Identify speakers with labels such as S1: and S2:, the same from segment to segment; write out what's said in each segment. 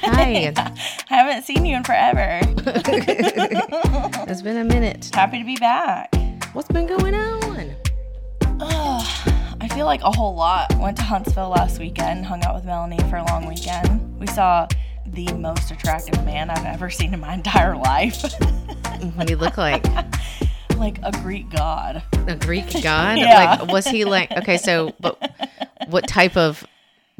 S1: again.
S2: I haven't seen you in forever.
S1: it's been a minute.
S2: Happy to be back.
S1: What's been going on?
S2: Oh, I feel like a whole lot. Went to Huntsville last weekend, hung out with Melanie for a long weekend. We saw the most attractive man I've ever seen in my entire life.
S1: What do you look like?
S2: like a Greek god.
S1: A Greek god?
S2: Yeah.
S1: Like was he like okay, so but what type of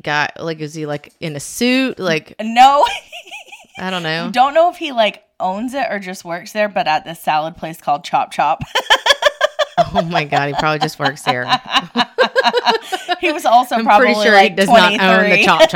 S1: guy like is he like in a suit? Like
S2: No,
S1: I don't know.
S2: don't know if he like owns it or just works there, but at this salad place called Chop Chop.
S1: Oh my god, he probably just works there.
S2: he was also
S1: I'm
S2: probably
S1: pretty sure
S2: like
S1: he does not own
S2: 23.
S1: the chop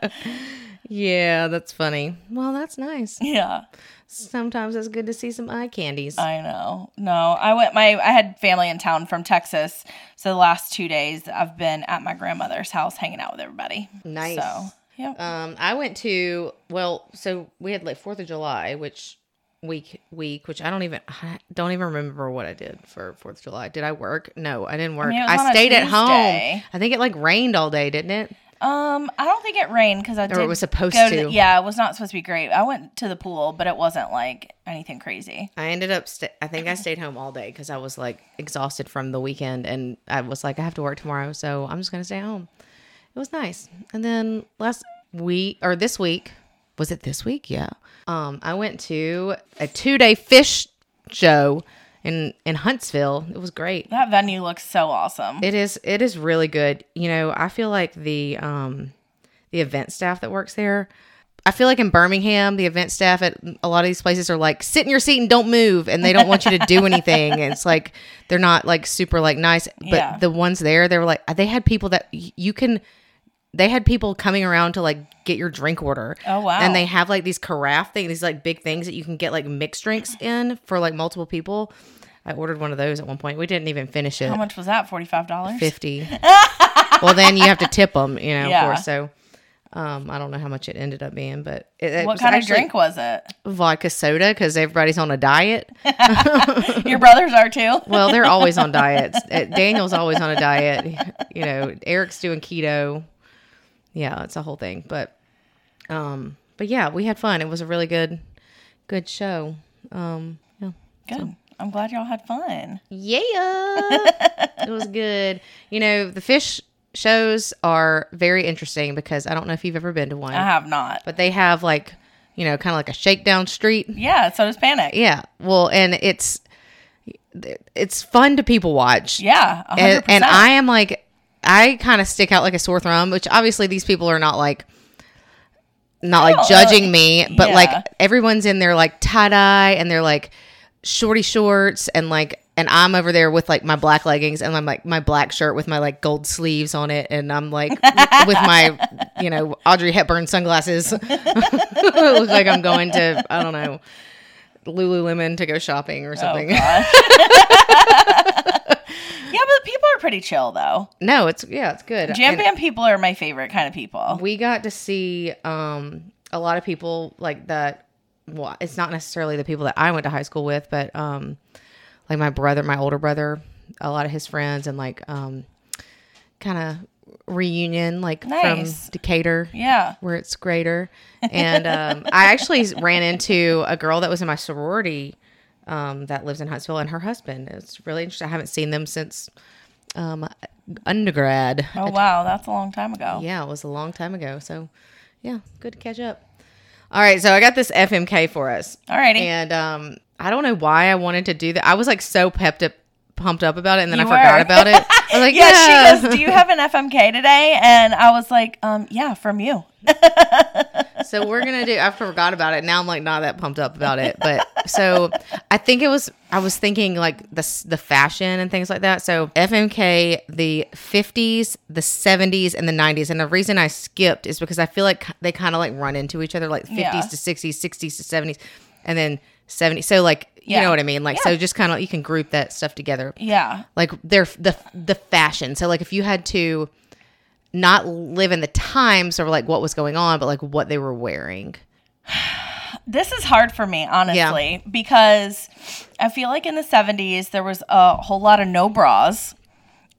S1: chop. yeah, that's funny. Well, that's nice.
S2: Yeah.
S1: Sometimes it's good to see some eye candies.
S2: I know. No, I went. My I had family in town from Texas, so the last two days I've been at my grandmother's house hanging out with everybody.
S1: Nice.
S2: So yeah,
S1: Um, I went to well, so we had like Fourth of July, which week week, which I don't even I don't even remember what I did for Fourth of July. Did I work? No, I didn't work.
S2: mean, it was on
S1: I
S2: a
S1: stayed at home.
S2: Tuesday.
S1: I think it like rained all day, didn't it?
S2: um, I don't think it rained because I
S1: Or
S2: did
S1: it was supposed
S2: go
S1: to.
S2: the- yeah, it was not supposed to be great. I went to the pool, but it wasn't like anything crazy.
S1: I ended up. Sta- I think I stayed home all day because I was like exhausted from the weekend, and I was like, I have to work tomorrow, so I'm just gonna stay home. It was nice. And then last week or this week, was it this week? Yeah. Um, I went to a two day fish show in in Huntsville. It was great.
S2: That venue looks so awesome.
S1: It is. It is really good. You know, I feel like the um, the event staff that works there. I feel like in Birmingham, the event staff at a lot of these places are like, sit in your seat and don't move, and they don't want you to do anything. And it's like they're not like super like nice. But
S2: Yeah.
S1: the ones there, they were like, they had people that y- you can. They had people coming around to like get your drink order.
S2: Oh, wow.
S1: And they have like these carafe things, these like big things that you can get like mixed drinks in for like multiple people. I ordered one of those at one point. We didn't even finish it
S2: How much was that? Forty five dollars.
S1: 50 well then you have to tip them you know
S2: Yeah.
S1: of course so um, i don't know how much it ended up being but it, it
S2: What
S1: was
S2: kind of
S1: actually
S2: drink was it?
S1: vodka soda because everybody's on a diet
S2: Your brothers are too.
S1: well they're always on diets Uh, daniel's always on a diet you know eric's doing keto yeah it's a whole thing but um but yeah we had fun it was a really good good show um yeah
S2: Good. I'm glad y'all had fun.
S1: Yeah. it was good. You know, the fish shows are very interesting because I don't know if you've ever been to one,
S2: I have not.
S1: but they have like, you know, kind of like a shakedown street.
S2: Yeah. So does Panic.
S1: Yeah. Well, and it's it's fun to people watch.
S2: Yeah. a
S1: And,
S2: hundred
S1: and
S2: percent.
S1: I am like I kind of stick out like a sore thumb, which obviously these people are not like not like
S2: don't
S1: judging me,
S2: uh,
S1: but
S2: yeah.
S1: like everyone's in there like tie dye and they're like shorty shorts and like and I'm over there with like my black leggings and I'm like my black shirt with my like gold sleeves on it and I'm like w- with my you know Audrey Hepburn sunglasses. Look like I'm going to I don't know Lululemon to go shopping
S2: Oh,
S1: or something.
S2: gosh. yeah, but people are pretty chill though.
S1: no, it's yeah, it's good.
S2: Jam
S1: And-
S2: band people are my favorite kind of people.
S1: we got to see um a lot of people like that well it's not necessarily the people that i went to high school with but um like my brother my older brother a lot of his friends and like um kind of reunion like
S2: Nice.
S1: from decatur
S2: Yeah.
S1: where it's greater and um i actually ran into a girl that was in my sorority um that lives in huntsville and her husband it's really interesting i haven't seen them since um undergrad
S2: Oh wow, that's a long time ago.
S1: yeah, it was a long time ago. So, yeah, good to catch up. All right, so I got this FMK for us,
S2: Alrighty.
S1: and um, I don't know why I wanted to do that. I was like so pepped up, pumped up about it, and then
S2: You
S1: I
S2: were.
S1: forgot about it. I was like,
S2: yeah,
S1: yeah,
S2: she goes, Do you have an FMK today? And I was like, um, yeah, from you.
S1: so we're gonna do. I forgot about it. Now I'm like not that pumped up about it, but so I think it was. I was thinking like the s- the fashion and things like that. So FMK, the 50s, the 70s, and the 90s. And the reason I skipped is because I feel like ki- they kind of like run into each other, like 50s
S2: Yeah.
S1: to 60s, 60s to 70s, and then 70s. So like you
S2: Yeah.
S1: know what I mean. Like so, just kind of you can group that stuff together
S2: Yeah.
S1: like their the the fashion. So like if you had to not live in the times or like what was going on, but like what they were wearing.
S2: This is hard for me, honestly, because I feel like in the 70s there was a whole lot of no bras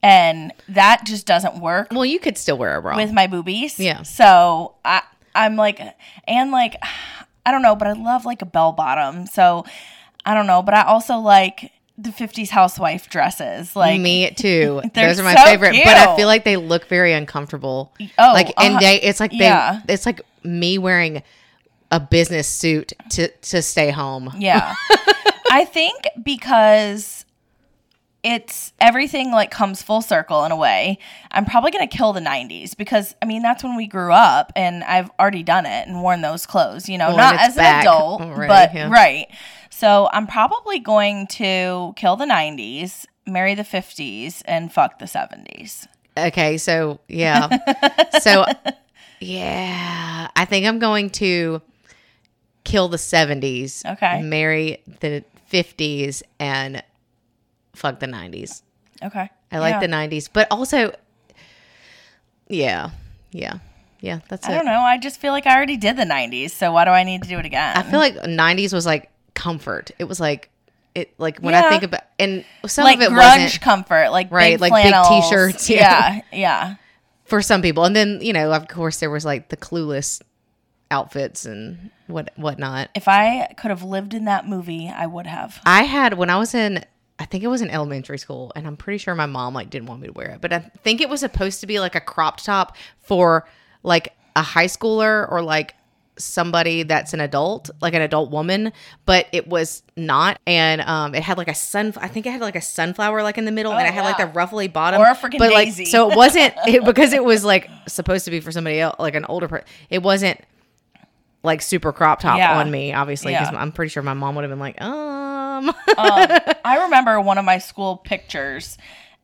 S2: and that just doesn't work
S1: Well, you could still wear a bra.
S2: with my boobies.
S1: Yeah.
S2: So I I'm like and like I don't know, but I love like a bell bottom. So I don't know, but I also like the 50s housewife dresses. Like
S1: me too.
S2: They're
S1: Those are my
S2: so
S1: favorite, but I
S2: cute.
S1: feel like they look very uncomfortable.
S2: Oh,
S1: like and
S2: uh-huh.
S1: they, it's like they,
S2: Yeah.
S1: it's like me wearing a business suit to to stay home.
S2: Yeah. I think because it's everything like comes full circle in a way. I'm probably going to kill the 90s because I mean that's when we grew up and I've already done it and worn those clothes, you know,
S1: Well,
S2: not
S1: and it's
S2: as
S1: back
S2: an adult,
S1: already,
S2: but
S1: yeah.
S2: right. So I'm probably going to kill the 90s, marry the 50s and fuck the 70s.
S1: Okay, so yeah, so yeah, I think I'm going to kill the '70s.
S2: Okay.
S1: marry the '50s and fuck the '90s.
S2: Okay.
S1: I like
S2: Yeah.
S1: the '90s, but also, yeah, yeah, yeah. That's
S2: I
S1: it.
S2: don't know. I just feel like I already did the 90s, so why do I need to do it again?
S1: I feel like '90s was like comfort. It was like it like when I
S2: Yeah.
S1: think about and some
S2: like
S1: of it
S2: grunge
S1: wasn't
S2: comfort, like
S1: Right,
S2: big
S1: like big
S2: flannels.
S1: t-shirts, yeah.
S2: Yeah, yeah,
S1: for some people. And then you know, of course, there was like the clueless outfits and what whatnot.
S2: If I could have lived in that movie, I would have.
S1: I had when I was in I think it was in elementary school and I'm pretty sure my mom like didn't want me to wear it, but I think it was supposed to be like a crop top for like a high schooler or like somebody that's an adult, like an adult woman, but it was not and um it had like a sun I think it had like a sunflower like in the middle and it had like
S2: Oh, yeah.
S1: the ruffly bottom
S2: Or a freaking
S1: but like
S2: daisy.
S1: so it wasn't it, because it was like supposed to be for somebody else like an older person. It wasn't like super crop top
S2: Yeah.
S1: on me obviously because
S2: Yeah.
S1: I'm pretty sure my mom would have been like um
S2: Um, I remember one of my school pictures,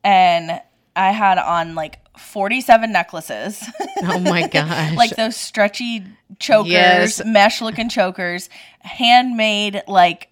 S2: and I had on like forty-seven necklaces,
S1: Oh my gosh.
S2: like those stretchy chokers,
S1: Yes.
S2: mesh-looking chokers, handmade, like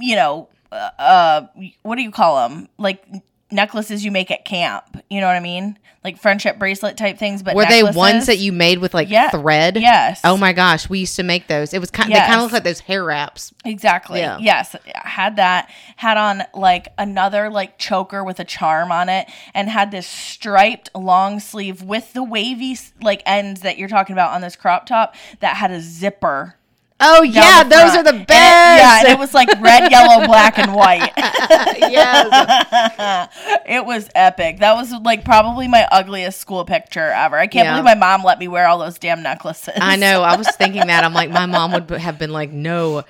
S2: you know, uh, uh, what do you call them? Like necklaces you make at camp. You know what I mean? Like friendship bracelet type things. But
S1: were they ones
S2: necklaces.
S1: that you made with like
S2: Yeah.
S1: thread?
S2: Yes.
S1: Oh my gosh, we used to make those. It was kind they kind of
S2: Yes.
S1: looked like those hair wraps.
S2: Exactly.
S1: Yeah.
S2: Yes. I Had that. Had on like another like choker with a charm on it and had this striped long sleeve with the wavy s- like ends that you're talking about on this crop top that had a zipper.
S1: Oh
S2: down
S1: yeah,
S2: the
S1: those
S2: front.
S1: are
S2: And
S1: the
S2: it-
S1: best.
S2: yeah. And it was like red, yellow, black, and white.
S1: yes.
S2: It was epic. That was like probably my ugliest school picture ever. I can't
S1: Yeah.
S2: believe my mom let me wear all those damn necklaces.
S1: I know. I was thinking that. I'm like, my mom would have been like, No,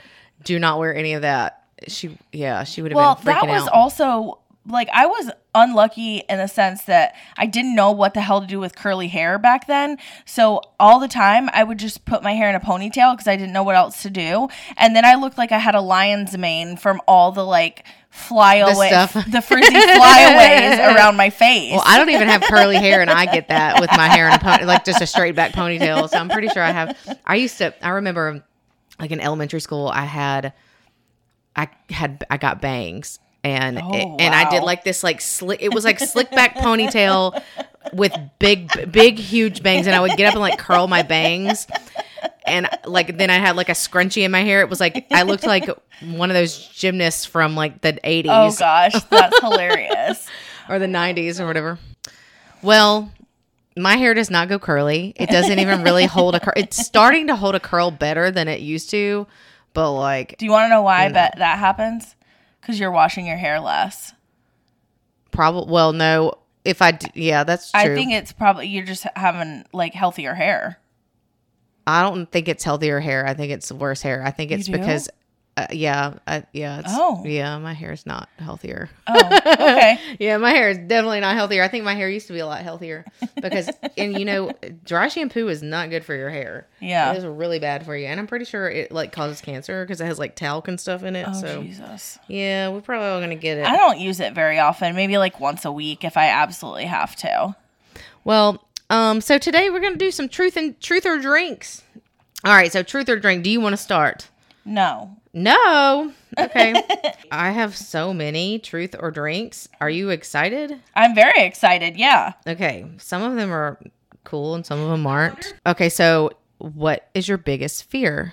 S1: do not wear any of that. She yeah, she would have
S2: Well,
S1: been freaking
S2: that was
S1: out.
S2: also like I was unlucky in the sense that I didn't know what the hell to do with curly hair back then. So all the time I would just put my hair in a ponytail because I didn't know what else to do. And then I looked like I had a lion's mane from all the like flyaway, the,
S1: stuff.
S2: frizzy flyaways around my face.
S1: well, I don't even have curly hair, and I get that with my hair in a pony, like just a straight back ponytail. So I'm pretty sure I have. I used to. I remember, like in elementary school, I had, I had, I got bangs, and
S2: Oh,
S1: and I did
S2: wow.
S1: like this like slick. It was like slick back ponytail with big, big, huge bangs, and I would get up and like curl my bangs. And like then I had like a scrunchie in my hair. It was like I looked like one of those gymnasts from like the eighties
S2: oh gosh, that's hilarious.
S1: or the 90s or whatever. Well, my hair does not go curly. It doesn't even really hold a curl. It's starting to hold a curl better than it used to, but like
S2: Do you want to know why I bet that happens? Because you're washing your hair less.
S1: probably well, no. If I d- yeah, that's true.
S2: I think it's probably you're just having like healthier hair.
S1: I don't think it's healthier hair. I think it's worse hair. I think it's
S2: do?
S1: because uh, yeah, uh, yeah, it's,
S2: Oh.
S1: yeah. My hair is not healthier.
S2: Oh, okay.
S1: Yeah, my hair is definitely not healthier. I think my hair used to be a lot healthier because, and you know, dry shampoo is not good for your hair.
S2: Yeah.
S1: it is really bad for you, and I'm pretty sure it like causes cancer because it has like talc and stuff in it.
S2: Oh,
S1: so
S2: Jesus.
S1: yeah, we're probably all gonna get it.
S2: I don't use it very often, maybe like once a week if I absolutely have to.
S1: well, um, so today we're gonna do some truth and truth or drinks. All right, so truth or drink. Do you want to start?
S2: No.
S1: No. Okay. I have so many truth or drinks. Are you excited?
S2: I'm very excited. Yeah.
S1: Okay, some of them are cool and some of them aren't. Okay, so what is your biggest fear?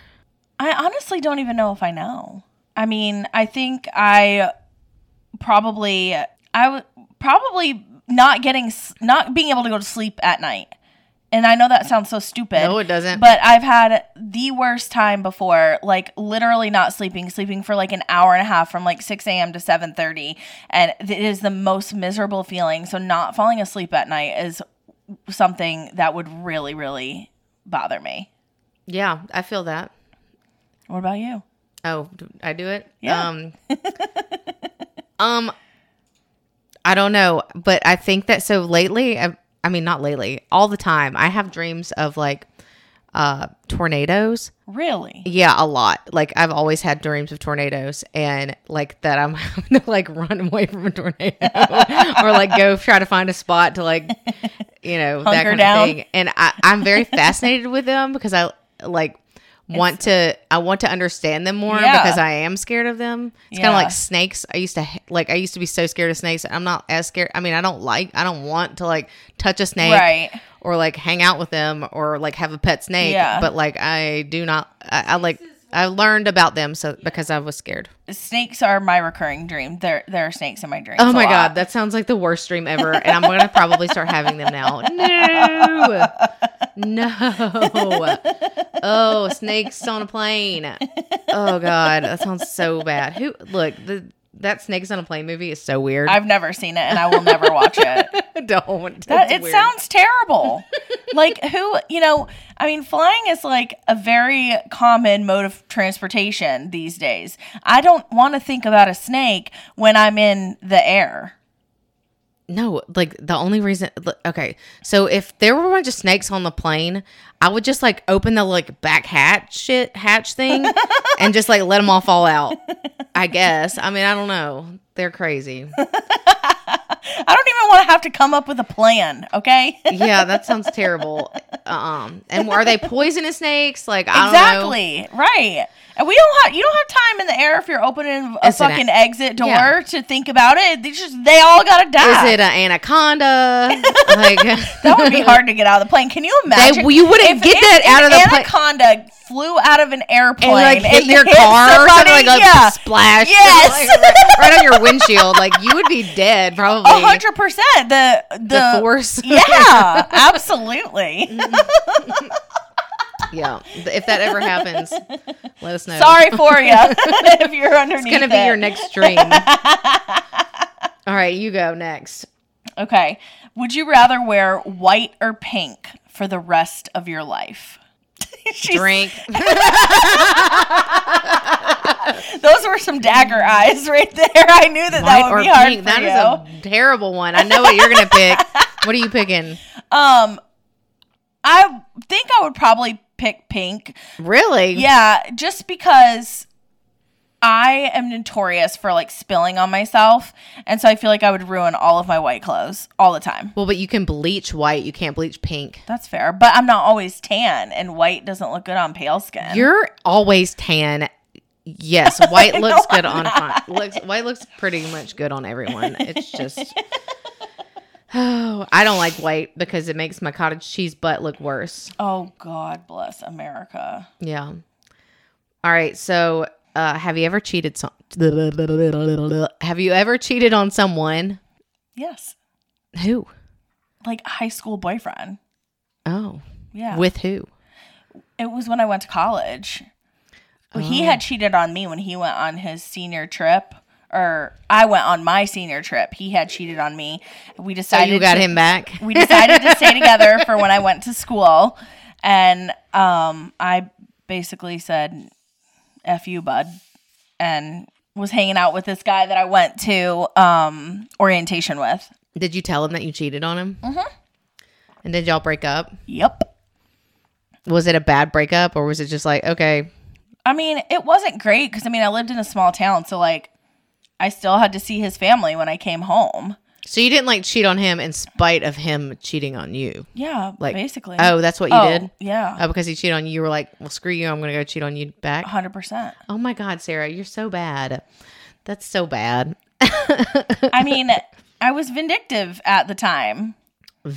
S2: I honestly don't even know if I know. I mean, I think I probably I w- probably not getting s- not being able to go to sleep at night. And I know that sounds so stupid.
S1: No, it doesn't.
S2: But I've had the worst time before, like literally not sleeping, sleeping for like an hour and a half from like 6 a.m. to 7:30, and it is the most miserable feeling. So not falling asleep at night is something that would really, really bother me.
S1: yeah, I feel that.
S2: What about you?
S1: Oh, d- I do it.
S2: Yeah.
S1: Um, um, I don't know, but I think that so lately. I, I mean, not lately, all the time. I have dreams of like uh tornadoes.
S2: Really?
S1: Yeah, a lot. Like I've always had dreams of tornadoes, and like that I'm having to like run away from a tornado or like go try to find a spot to like you know that
S2: Hunker
S1: kind
S2: down.
S1: of thing. And I, I'm very fascinated with them because I like want to I want to understand them more
S2: Yeah.
S1: because I am scared of them. It's kind
S2: Yeah.
S1: of like snakes. I used to ha- like I used to be so scared of snakes. I'm not as scared. I mean, I don't like I don't want to like touch a snake
S2: Right.
S1: or like hang out with them or like have a pet snake.
S2: Yeah.
S1: But like I do not. I, I like I learned about them so because I was scared.
S2: Snakes are my recurring dream. There, there are snakes in my dreams.
S1: Oh
S2: a
S1: my
S2: lot.
S1: god, that sounds like the worst dream ever, and I'm gonna probably start having them now. No, no. Oh, snakes on a plane. Oh god, that sounds so bad. Who look the that snakes on a plane movie is so weird.
S2: I've never seen it, and I will never watch it.
S1: don't.
S2: That
S1: It's
S2: it
S1: weird.
S2: sounds terrible. like who, you know, I mean flying is like a very common mode of transportation these days. I don't want to think about a snake when I'm in the air.
S1: No, like the only reason. li- Okay, so if there were a bunch of snakes on the plane, I would just like open the like back hatch shit hatch thing and just like let them all fall out. I guess. I mean, I don't know. They're crazy.
S2: I don't even want to have to come up with a plan, okay?
S1: Yeah, that sounds terrible. Um, and are they poisonous snakes? Like I don't know.
S2: exactly. Right. And we don't have you don't have time in the air if you're opening a
S1: It's an-
S2: fucking exit door
S1: yeah.
S2: to think about it. They just they all got to die.
S1: Is it an anaconda? like
S2: That would be hard to get out of the plane. Can you imagine?
S1: well, you wouldn't get that out of the plane-
S2: plane. Anaconda flew out of an airplane
S1: And like hit your
S2: hit
S1: car or something
S2: somebody,
S1: like a
S2: yeah,
S1: splash.
S2: Yes. Oh,
S1: Like, right on your windshield. Like you would be dead probably.
S2: a hundred percent. The the,
S1: the force. Mm-hmm.
S2: yeah, absolutely.
S1: Yeah, th- if that ever happens, let us know.
S2: Sorry for you if you're underneath.
S1: it's gonna be
S2: it.
S1: your next dream. All right, you go next.
S2: Okay. Would you rather wear white or pink for the rest of your life? She's-
S1: Drink.
S2: Those were some dagger eyes right there. I knew that that
S1: White
S2: would
S1: or
S2: be hard
S1: pink?
S2: for
S1: That
S2: you.
S1: is a terrible one. I know what you're gonna pick. What are you picking?
S2: Um, I think I would probably pick pink.
S1: Mm-hmm. Really?
S2: Yeah, just because I am notorious for like spilling on myself, and so I feel like I would ruin all of my white clothes all the time.
S1: Well, but you can bleach white. You can't bleach pink.
S2: That's fair, but I'm not always tan, and white doesn't look good on pale skin.
S1: You're always tan. Yes, white looks good on fine. looks white looks pretty much good on everyone. It's just oh, I don't like white because it makes my cottage cheese butt look worse.
S2: oh God bless America.
S1: Yeah. All right. So, uh, have you ever cheated? So- have you ever cheated on someone?
S2: Yes,
S1: Who?
S2: like high school boyfriend.
S1: Oh,
S2: Yeah,
S1: with who?
S2: it was when I went to college. Well, He
S1: Oh.
S2: had cheated on me when he went on his senior trip. Or I went on my senior trip. He had cheated on me. We
S1: So
S2: decided
S1: you got
S2: to-
S1: him back.
S2: we decided to stay together for when I went to school, and um, I basically said, "F you, bud," and was hanging out with this guy that I went to um, orientation with.
S1: Did you tell him that you cheated on him? Mm-hmm. And did y'all break up?
S2: Yep.
S1: Was it a bad breakup, or was it just like okay?
S2: I mean, it wasn't great because I mean, I lived in a small town, so like, I still had to see his family when I came home.
S1: So you didn't like cheat on him in spite of him cheating on you?
S2: Yeah,
S1: Like
S2: basically.
S1: Oh, that's what you
S2: Oh,
S1: did.
S2: Yeah,
S1: Oh, because he cheated on you, you were like, well, screw you, I'm gonna go cheat on you back.
S2: hundred percent.
S1: Oh my God, Sarah, you're so bad. That's so bad.
S2: I mean, I was vindictive at the time.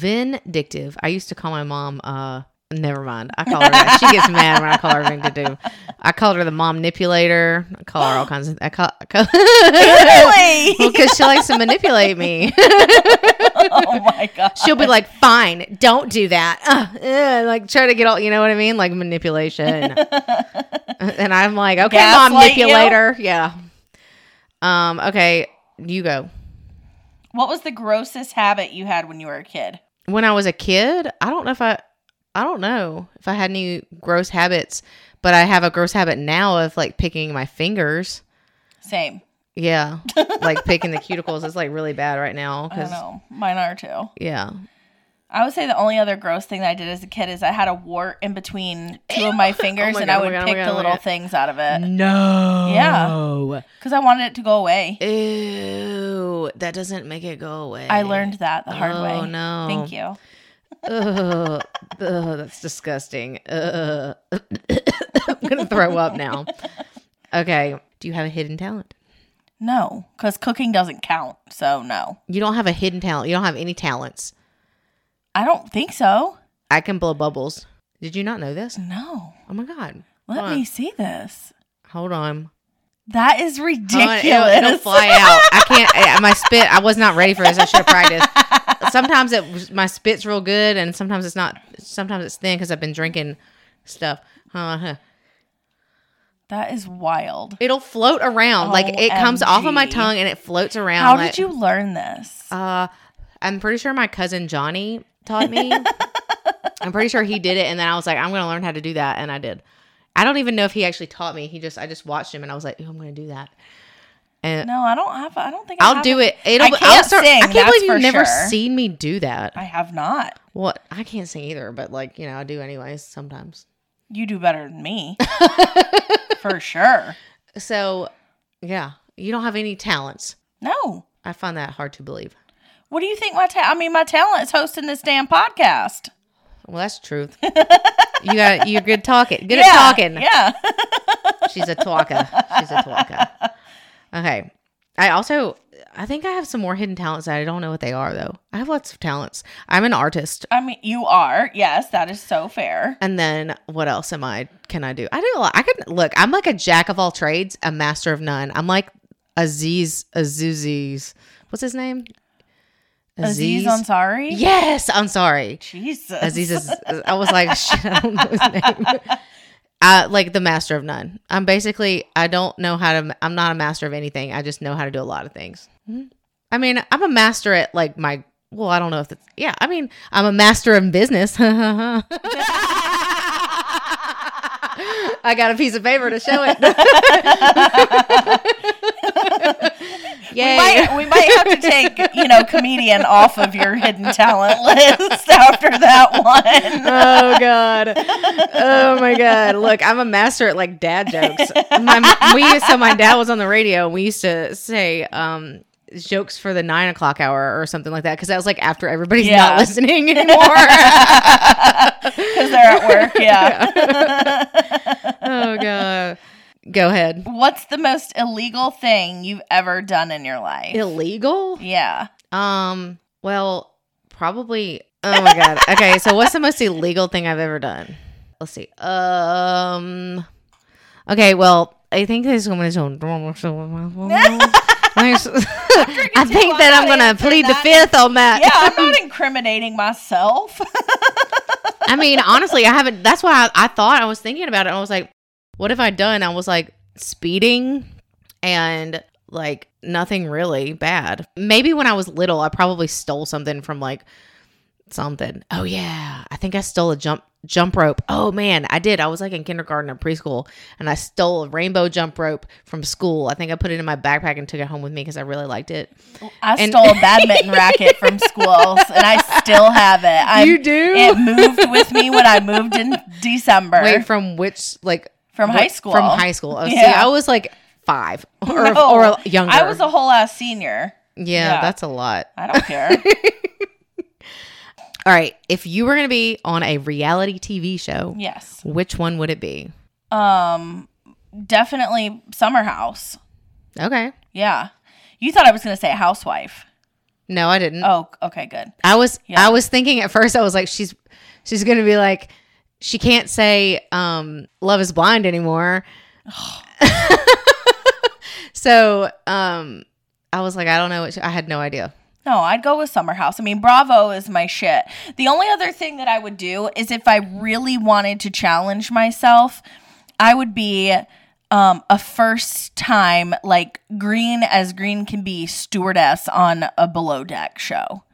S1: vindictive. I used to call my mom. uh Never mind. I call her. that. She gets mad when I call her vindictive. I called her the mom manipulator. I call her all kinds of. I call. I call
S2: Really?
S1: because she likes to manipulate me.
S2: oh my god.
S1: She'll be like, "Fine, don't do that." Ugh, ugh, like try to get all, you know what I mean? Like manipulation. and I'm like, "Okay, mom,
S2: Gaslight you?
S1: manipulator." Yeah. Um. Okay, you go.
S2: What was the grossest habit you had when you were a kid?
S1: when I was a kid, I don't know if I I don't know if I had any gross habits, but I have a gross habit now of like picking my fingers.
S2: Same.
S1: Yeah. like picking the cuticles is like really bad right now
S2: I don't
S1: cuz
S2: know. Mine are too.
S1: yeah.
S2: I would say the only other gross thing that I did as a kid is I had a wart in between two of my fingers
S1: my
S2: and
S1: God,
S2: I
S1: oh my
S2: would
S1: God, oh my
S2: pick
S1: God,
S2: the
S1: oh my
S2: little
S1: God.
S2: things out of it
S1: No.
S2: because I wanted it to go away.
S1: Yeah. Ew. That doesn't make it go away.
S2: I learned that the hard
S1: Oh,
S2: way.
S1: no.
S2: Thank you.
S1: Ugh, Ugh, that's disgusting. Ugh. I'm going to throw up now. Okay. Do you have a hidden talent?
S2: No, because cooking doesn't count. So, no.
S1: You don't have a hidden talent. You don't have any talents.
S2: I don't think so.
S1: I can blow bubbles. Did you not know this?
S2: No.
S1: Oh my god.
S2: Let
S1: Hold
S2: me
S1: on.
S2: see this.
S1: Hold on.
S2: That is
S1: Hold
S2: ridiculous.
S1: on. Uh, It'll, it'll fly out. I can't. I, my spit. I was not ready for this. I should have practiced. Sometimes it was- my spit's real good, and sometimes it's not. Sometimes it's thin because I've been drinking stuff. Uh-huh.
S2: That is wild.
S1: It'll float around. like it comes off of my
S2: OMG.
S1: tongue and it floats around.
S2: How
S1: like-
S2: did you learn this?
S1: Uh, I'm pretty sure my cousin Johnny taught me. I'm pretty sure he did it, and then I was like, I'm gonna learn how to do that, and I did. I don't even know if he actually taught me. He just, I just watched him, and I was like, "Ooh, I'm gonna do that. And
S2: no, I don't have. I don't think I
S1: I'll
S2: have
S1: do it. It'll, I
S2: can't
S1: will start,
S2: sing,
S1: I can't
S2: that's
S1: believe
S2: for
S1: you've never
S2: sure.
S1: seen me do that.
S2: I have not.
S1: Well, I can't sing either, but like you know, I do anyways sometimes.
S2: You do better than me, for sure.
S1: So, yeah, you don't have any talents.
S2: No.
S1: I find that hard to believe.
S2: What do you think my ta- I mean my talent is hosting this damn podcast.
S1: Well, that's truth. you got, you're good talking. Good
S2: yeah,
S1: at talking.
S2: Yeah.
S1: She's a twaka. She's a twaka. Okay. I also I think I have some more hidden talents that I don't know what they are though. I have lots of talents. I'm an artist.
S2: I mean you are. Yes, that is so fair.
S1: And then what else am I can I do? I do a lot. I could look, I'm like a jack of all trades, a master of none. I'm like Aziz Azuzi's. What's his name?
S2: Aziz Ansari.
S1: Yes, I'm sorry.
S2: Jesus.
S1: Aziz is, I was like, shit, I don't know his name. I, like the master of none. I'm basically, I don't know how to, I'm not a master of anything. I just know how to do a lot of things. Mhm. I mean, I'm a master at like my, well, I don't know if that's, yeah, I mean, I'm a master in business. I got a piece of paper to show it.
S2: We
S1: Yay.
S2: might, we might have to take, you know, comedian off of your hidden talent list after that one.
S1: oh god oh my god look i'm a master at like dad jokes my, we used to my dad was on the radio and we used to say um jokes for the nine o'clock hour or something like that because that was like after everybody's
S2: Yeah.
S1: not listening anymore
S2: Because they're at work, yeah.
S1: oh god go ahead
S2: What's the most illegal thing you've ever done in your life?
S1: illegal
S2: yeah.
S1: um well probably oh my god okay so what's the most illegal thing i've ever done let's see um okay well i think this woman is on I think
S2: I'm
S1: that I'm
S2: not
S1: gonna
S2: answering
S1: plead the
S2: that.
S1: fifth on that.
S2: Yeah, I'm not incriminating myself.
S1: I mean, honestly, I haven't. That's why I, I thought I was thinking about it. I was like, what have I done? I was like speeding and like nothing really bad. Maybe when I was little, I probably stole something from like something. Oh yeah, I think I stole a jump jump rope. Oh man, I did. I was like in kindergarten or preschool, and I stole a rainbow jump rope from school. I think I put it in my backpack and took it home with me because I really liked it.
S2: I
S1: And-
S2: stole a badminton racket from schools and I still have it. i
S1: You do?
S2: It moved with me when I moved in December
S1: Wait, from which like
S2: from high
S1: Wh-
S2: school.
S1: From high school. Oh, See,
S2: Yeah.
S1: I was like five or,
S2: No,
S1: or younger.
S2: I was a whole ass senior.
S1: yeah,
S2: yeah.
S1: that's a lot.
S2: I don't care.
S1: All right. If you were going to be on a reality TV show,
S2: yes.
S1: which one would it be?
S2: Um definitely summer house.
S1: Okay.
S2: Yeah. You thought I was going to say housewife.
S1: No, I didn't.
S2: Oh, okay, good.
S1: I was
S2: Yeah.
S1: I was thinking at first I was like she's she's going to be like she can't say um love is blind anymore. so, um I was like I don't know what she- I had no idea.
S2: No, I'd go with Summer House. I mean, Bravo is my shit. The only other thing that I would do is if I really wanted to challenge myself, I would be um, a first time, like green as green can be, stewardess on a below deck show.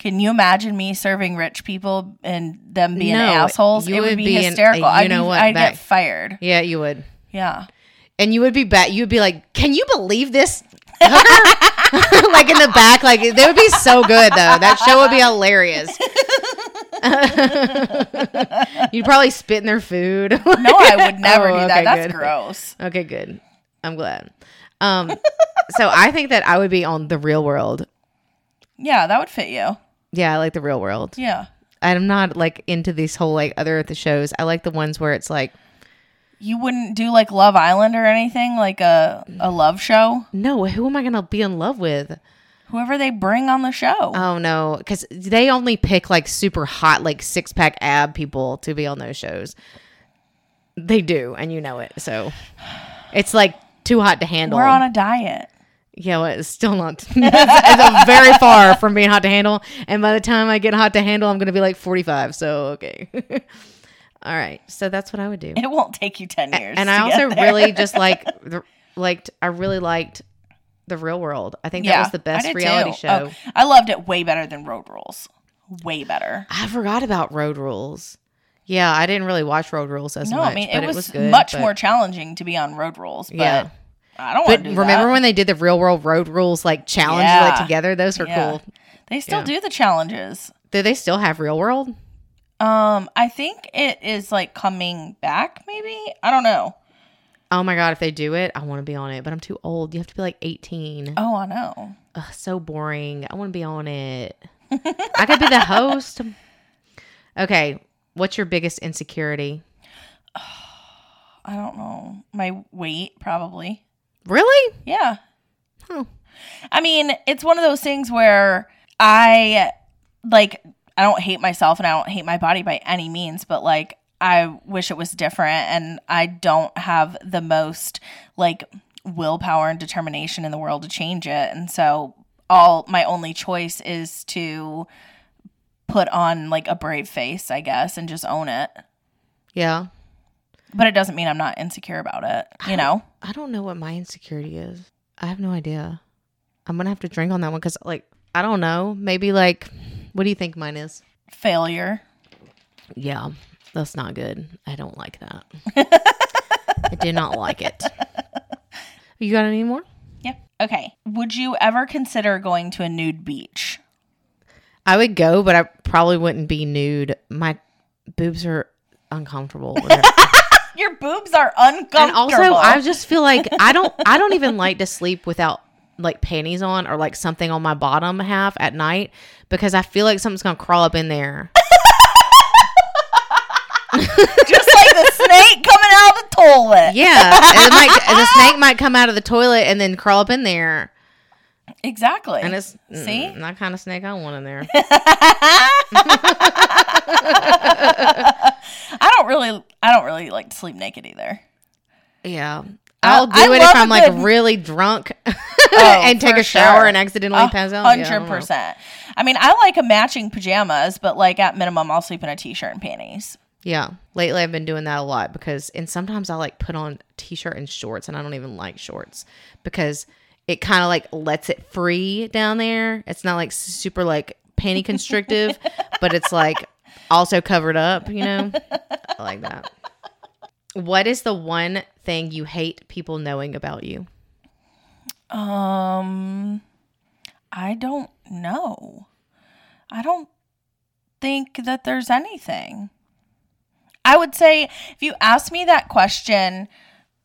S2: Can you imagine me serving rich people and them being
S1: No,
S2: assholes?
S1: you
S2: it would
S1: would
S2: be,
S1: be an- a
S2: hysterical.
S1: you know
S2: I'd,
S1: what
S2: I'd
S1: back.
S2: get fired.
S1: Yeah, you would.
S2: Yeah.
S1: And you would be back. You'd be like, "Can you believe this?" hooker?" like in the back, like they would be so good though. That show would be hilarious. You'd probably spit in their food.
S2: No, I would never do
S1: Oh, okay,
S2: that. That's
S1: good.
S2: gross.
S1: Okay, good. I'm glad. Um, so I think that I would be on the real world.
S2: Yeah, that would fit you.
S1: Yeah, I like the real world.
S2: Yeah.
S1: I'm not like into these whole like other the shows. I like the ones where it's like,
S2: You wouldn't do like Love Island or anything, like a, a love show?
S1: no, who am I gonna be in love with?
S2: Whoever they bring on the show.
S1: Oh no, because they only pick like super hot, like six pack ab people to be on those shows. They do, and you know it. So it's like too hot to handle.
S2: We're on a diet.
S1: yeah, well, it's still not. it's very far from being hot to handle. And by the time I get hot to handle, I'm gonna be like 45. So okay. All right. So that's what I would do.
S2: It won't take you 10 years.
S1: and
S2: to
S1: I
S2: get
S1: also
S2: there.
S1: really just like the, liked. I really liked the Real World. I think that was the
S2: I
S1: best
S2: did
S1: reality
S2: too.
S1: show.
S2: Oh, I loved it way better than Road Rules. Way better.
S1: I forgot about Road Rules. Yeah, I didn't really watch Road Rules as
S2: No,
S1: much.
S2: I mean
S1: but
S2: it was,
S1: good,
S2: much
S1: but-
S2: more challenging to be on Road Rules, but
S1: Yeah.
S2: I don't want
S1: But
S2: to do
S1: remember
S2: that.
S1: when they did the Real World Road Rules like challenge like
S2: Yeah.
S1: together? Those were
S2: Yeah.
S1: cool.
S2: They still
S1: Yeah.
S2: do the challenges.
S1: Do they still have Real World?
S2: Um, I think it is like coming back. Maybe I don't know.
S1: Oh my god, if they do it, I want to be on it. But I'm too old. You have to be like 18.
S2: Oh, I know.
S1: Ugh, so boring. I want to be on it. I could be the host. Okay, what's your biggest insecurity?
S2: I don't know. My weight probably.
S1: Really?
S2: Yeah.
S1: Huh.
S2: I mean, it's one of those things where I like I don't hate myself and I don't hate my body by any means, but like I wish it was different and I don't have the most like willpower and determination in the world to change it. And so all my only choice is to put on like a brave face, I guess, and just own it.
S1: Yeah.
S2: But it doesn't mean I'm not insecure about it, you know?
S1: I don't know what my insecurity is. I have no idea. I'm gonna have to drink on that one because, like, I don't know. Maybe like, what do you think mine is?
S2: Failure.
S1: Yeah, that's not good. I don't like that. I do not like it. You got any more?
S2: Yeah. Okay. Would you ever consider going to a nude beach?
S1: I would go, but I probably wouldn't be nude. My boobs are uncomfortable.
S2: Your boobs are uncomfortable.
S1: and also, I just feel like I don't. I don't even like to sleep without like panties on or like something on my bottom half at night because I feel like something's gonna crawl up in there.
S2: just like the snake coming out of the toilet.
S1: Yeah, it might, the snake might come out of the toilet and then crawl up in there,
S2: Exactly.
S1: and it's mm,
S2: See?
S1: not kind of snake I want in there.
S2: I don't really, I don't really like to sleep naked either.
S1: yeah, I'll do
S2: I
S1: it if
S2: love a
S1: I'm like
S2: good-
S1: really drunk
S2: Oh,
S1: and take
S2: for
S1: a shower
S2: sure.
S1: and accidentally
S2: A
S1: pass out. Yeah, I
S2: Hundred
S1: don't know.
S2: percent. I mean, I like a matching pajamas, but like at minimum, I'll sleep in a t-shirt and panties.
S1: Yeah, lately I've been doing that a lot because, and sometimes I like put on t-shirt and shorts, and I don't even like shorts because it kind of like lets it free down there. It's not like super like panty constrictive, but it's like also covered up. You know, I like that. What is the one thing you hate people knowing about you?
S2: Um, I don't know. I don't think that there's anything. I would say if you asked me that question,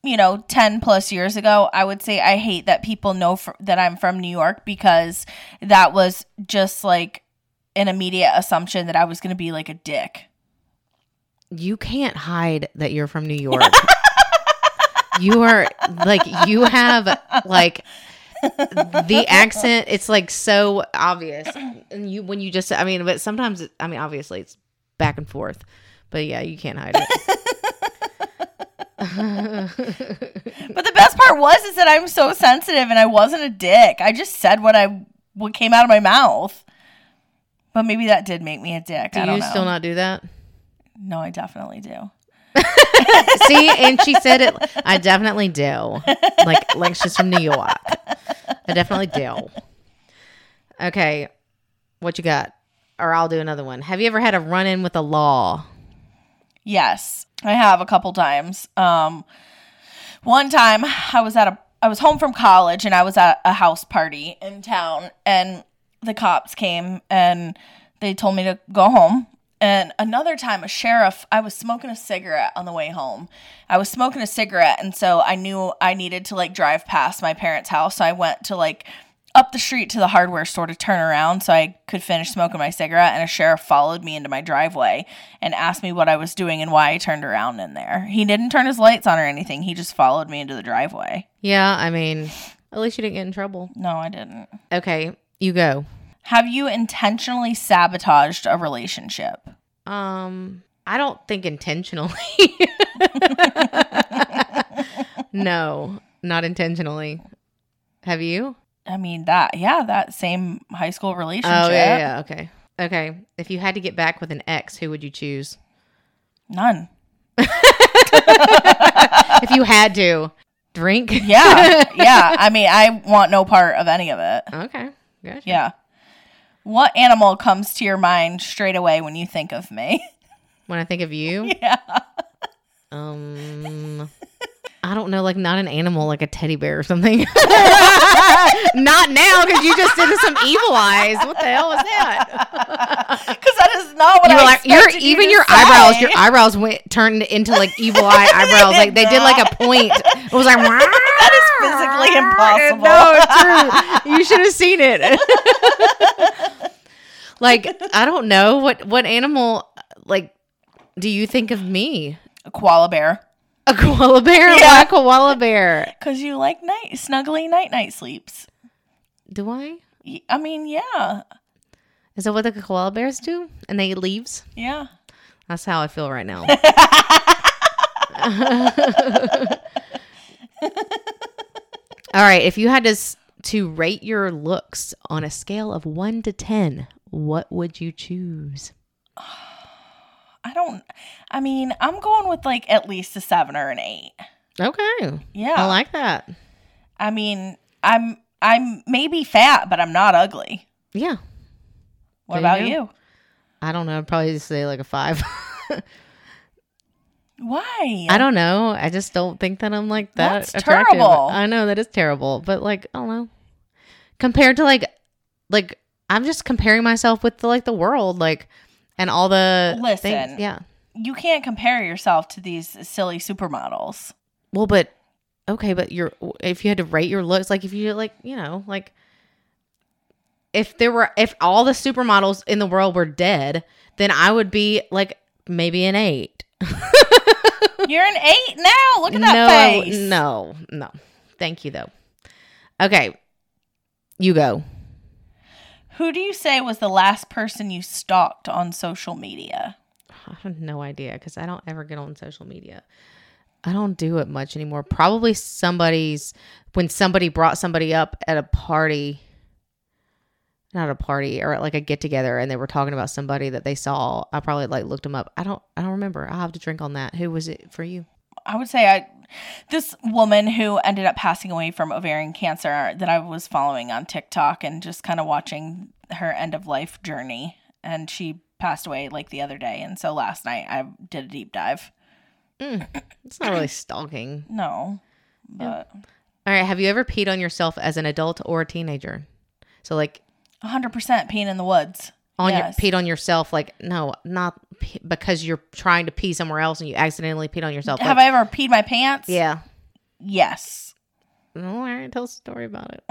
S2: you know, 10 plus years ago, I would say I hate that people know fr- that I'm from New York because that was just like an immediate assumption that I was going to be like a dick.
S1: You can't hide that you're from New York. you are like you have like the accent. It's like so obvious. And you when you just I mean, but sometimes it- I mean, obviously it's back and forth. But yeah, you can't hide it.
S2: But the best part was is that I'm so sensitive and I wasn't a dick. I just said what I what came out of my mouth. But maybe that did make me a dick.
S1: Do
S2: I
S1: you
S2: don't know.
S1: still not do that?
S2: no, I definitely do.
S1: See, and she said it. I definitely do. Like, like she's from New York. I definitely do. Okay, what you got? Or I'll do another one. Have you ever had a run in with the law?
S2: Yes, I have a couple times. Um, one time I was at a I was home from college and I was at a house party in town and the cops came and they told me to go home. And another time a sheriff I was smoking a cigarette on the way home. I was smoking a cigarette and so I knew I needed to like drive past my parents' house. So I went to like up the street to the hardware store to turn around so I could finish smoking my cigarette. And a sheriff followed me into my driveway and asked me what I was doing and why I turned around in there. He didn't turn his lights on or anything, he just followed me into the driveway.
S1: Yeah, I mean, at least you didn't get in trouble.
S2: No, I didn't.
S1: Okay, you go.
S2: Have you intentionally sabotaged a relationship?
S1: Um, I don't think intentionally. no, not intentionally. Have you?
S2: I mean, that, yeah, that same high school relationship.
S1: Oh yeah, yeah, okay, okay. If you had to get back with an ex, who would you choose?
S2: None.
S1: if you had to drink,
S2: Yeah. yeah. I mean, I want no part of any of it.
S1: okay, gotcha.
S2: Yeah. What animal comes to your mind straight away when you think of me?
S1: When I think of you,
S2: yeah.
S1: um, I don't know, like not an animal, like a teddy bear or something. not now, because you just did some evil eyes. What the hell was that?
S2: Because that is not what
S1: You
S2: I
S1: were like, your
S2: expected you
S1: even
S2: to
S1: your
S2: say.
S1: eyebrows, your eyebrows went turned into like evil eye eyebrows. like they did like a point. It was like that
S2: physically impossible.
S1: is No, it's true. You should have seen it. like I don't know what what animal like do you think of me?
S2: A koala bear.
S1: A koala bear?
S2: Yeah.
S1: Why a koala bear?
S2: Because you like night snuggly night night sleeps.
S1: Do I?
S2: Y- I mean, yeah,
S1: Is that what the koala bears do? And they eat leaves?
S2: yeah.
S1: That's how I feel right now. All right, if you had to s- to rate your looks on a scale of 1 to 10, what would you choose?
S2: I don't. I mean, I'm going with like at least a seven or an eight.
S1: Okay.
S2: Yeah.
S1: I like that.
S2: I mean, I'm I'm maybe fat, but I'm not ugly.
S1: Yeah.
S2: What
S1: There
S2: about
S1: you
S2: you?
S1: I don't know. I'd probably just say like a 5.
S2: Why?
S1: I don't know. I just don't think that I'm like that
S2: That's
S1: attractive.
S2: terrible.
S1: I know that is terrible, but like I don't know. Compared to like like I'm just comparing myself with the, like the world like and all the
S2: Listen.
S1: things. yeah.
S2: You can't compare yourself to these silly supermodels.
S1: Well, but okay, but your if you had to rate your looks, like if you like, you know, like if there were if all the supermodels in the world were dead, then I would be like maybe an 8.
S2: You're an eight now. Look at
S1: no,
S2: that
S1: I-
S2: face.
S1: no, no. Thank you though. Okay, you go.
S2: Who do you say was the last person you stalked on social media?
S1: I have no idea because I don't ever get on social media. I don't do it much anymore. Probably somebody's when somebody brought somebody up at a party, not a party or at like a get together, and they were talking about somebody that they saw. I probably like looked them up. I don't. I don't remember. I'll have to drink on that. Who was it for you?
S2: I would say I this woman who ended up passing away from ovarian cancer that I was following on TikTok and just kind of watching her end of life journey and she passed away like the other day and so last night I did a deep dive.
S1: It's not really stalking.
S2: No. But
S1: All right. Have you ever peed on yourself as an adult or a teenager? So like
S2: 100% peeing in the woods.
S1: on
S2: Yes.
S1: your peed on yourself like no not pe- because you're trying to pee somewhere else and you accidentally peed on yourself
S2: Have
S1: like,
S2: I ever peed my pants?
S1: yeah
S2: Yes.
S1: no all right tell a story about it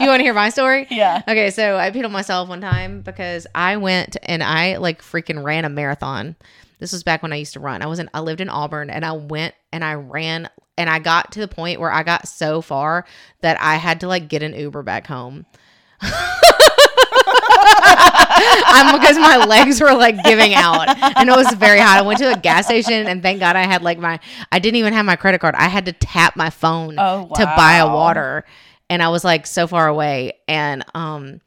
S1: you want to hear my story
S2: Yeah.
S1: okay so i peed on myself one time because i went and i like freaking ran a marathon this was back when i used to run i was in i lived in auburn and i went and i ran and i got to the point where i got so far that i had to like get an uber back home I'm Um, because my legs were like giving out and it was very hot. I went to a gas station and thank God I had like my I didn't even have my credit card. I had to tap my phone
S2: Oh,
S1: to buy a
S2: wow.
S1: water. and I was like so far away. And um,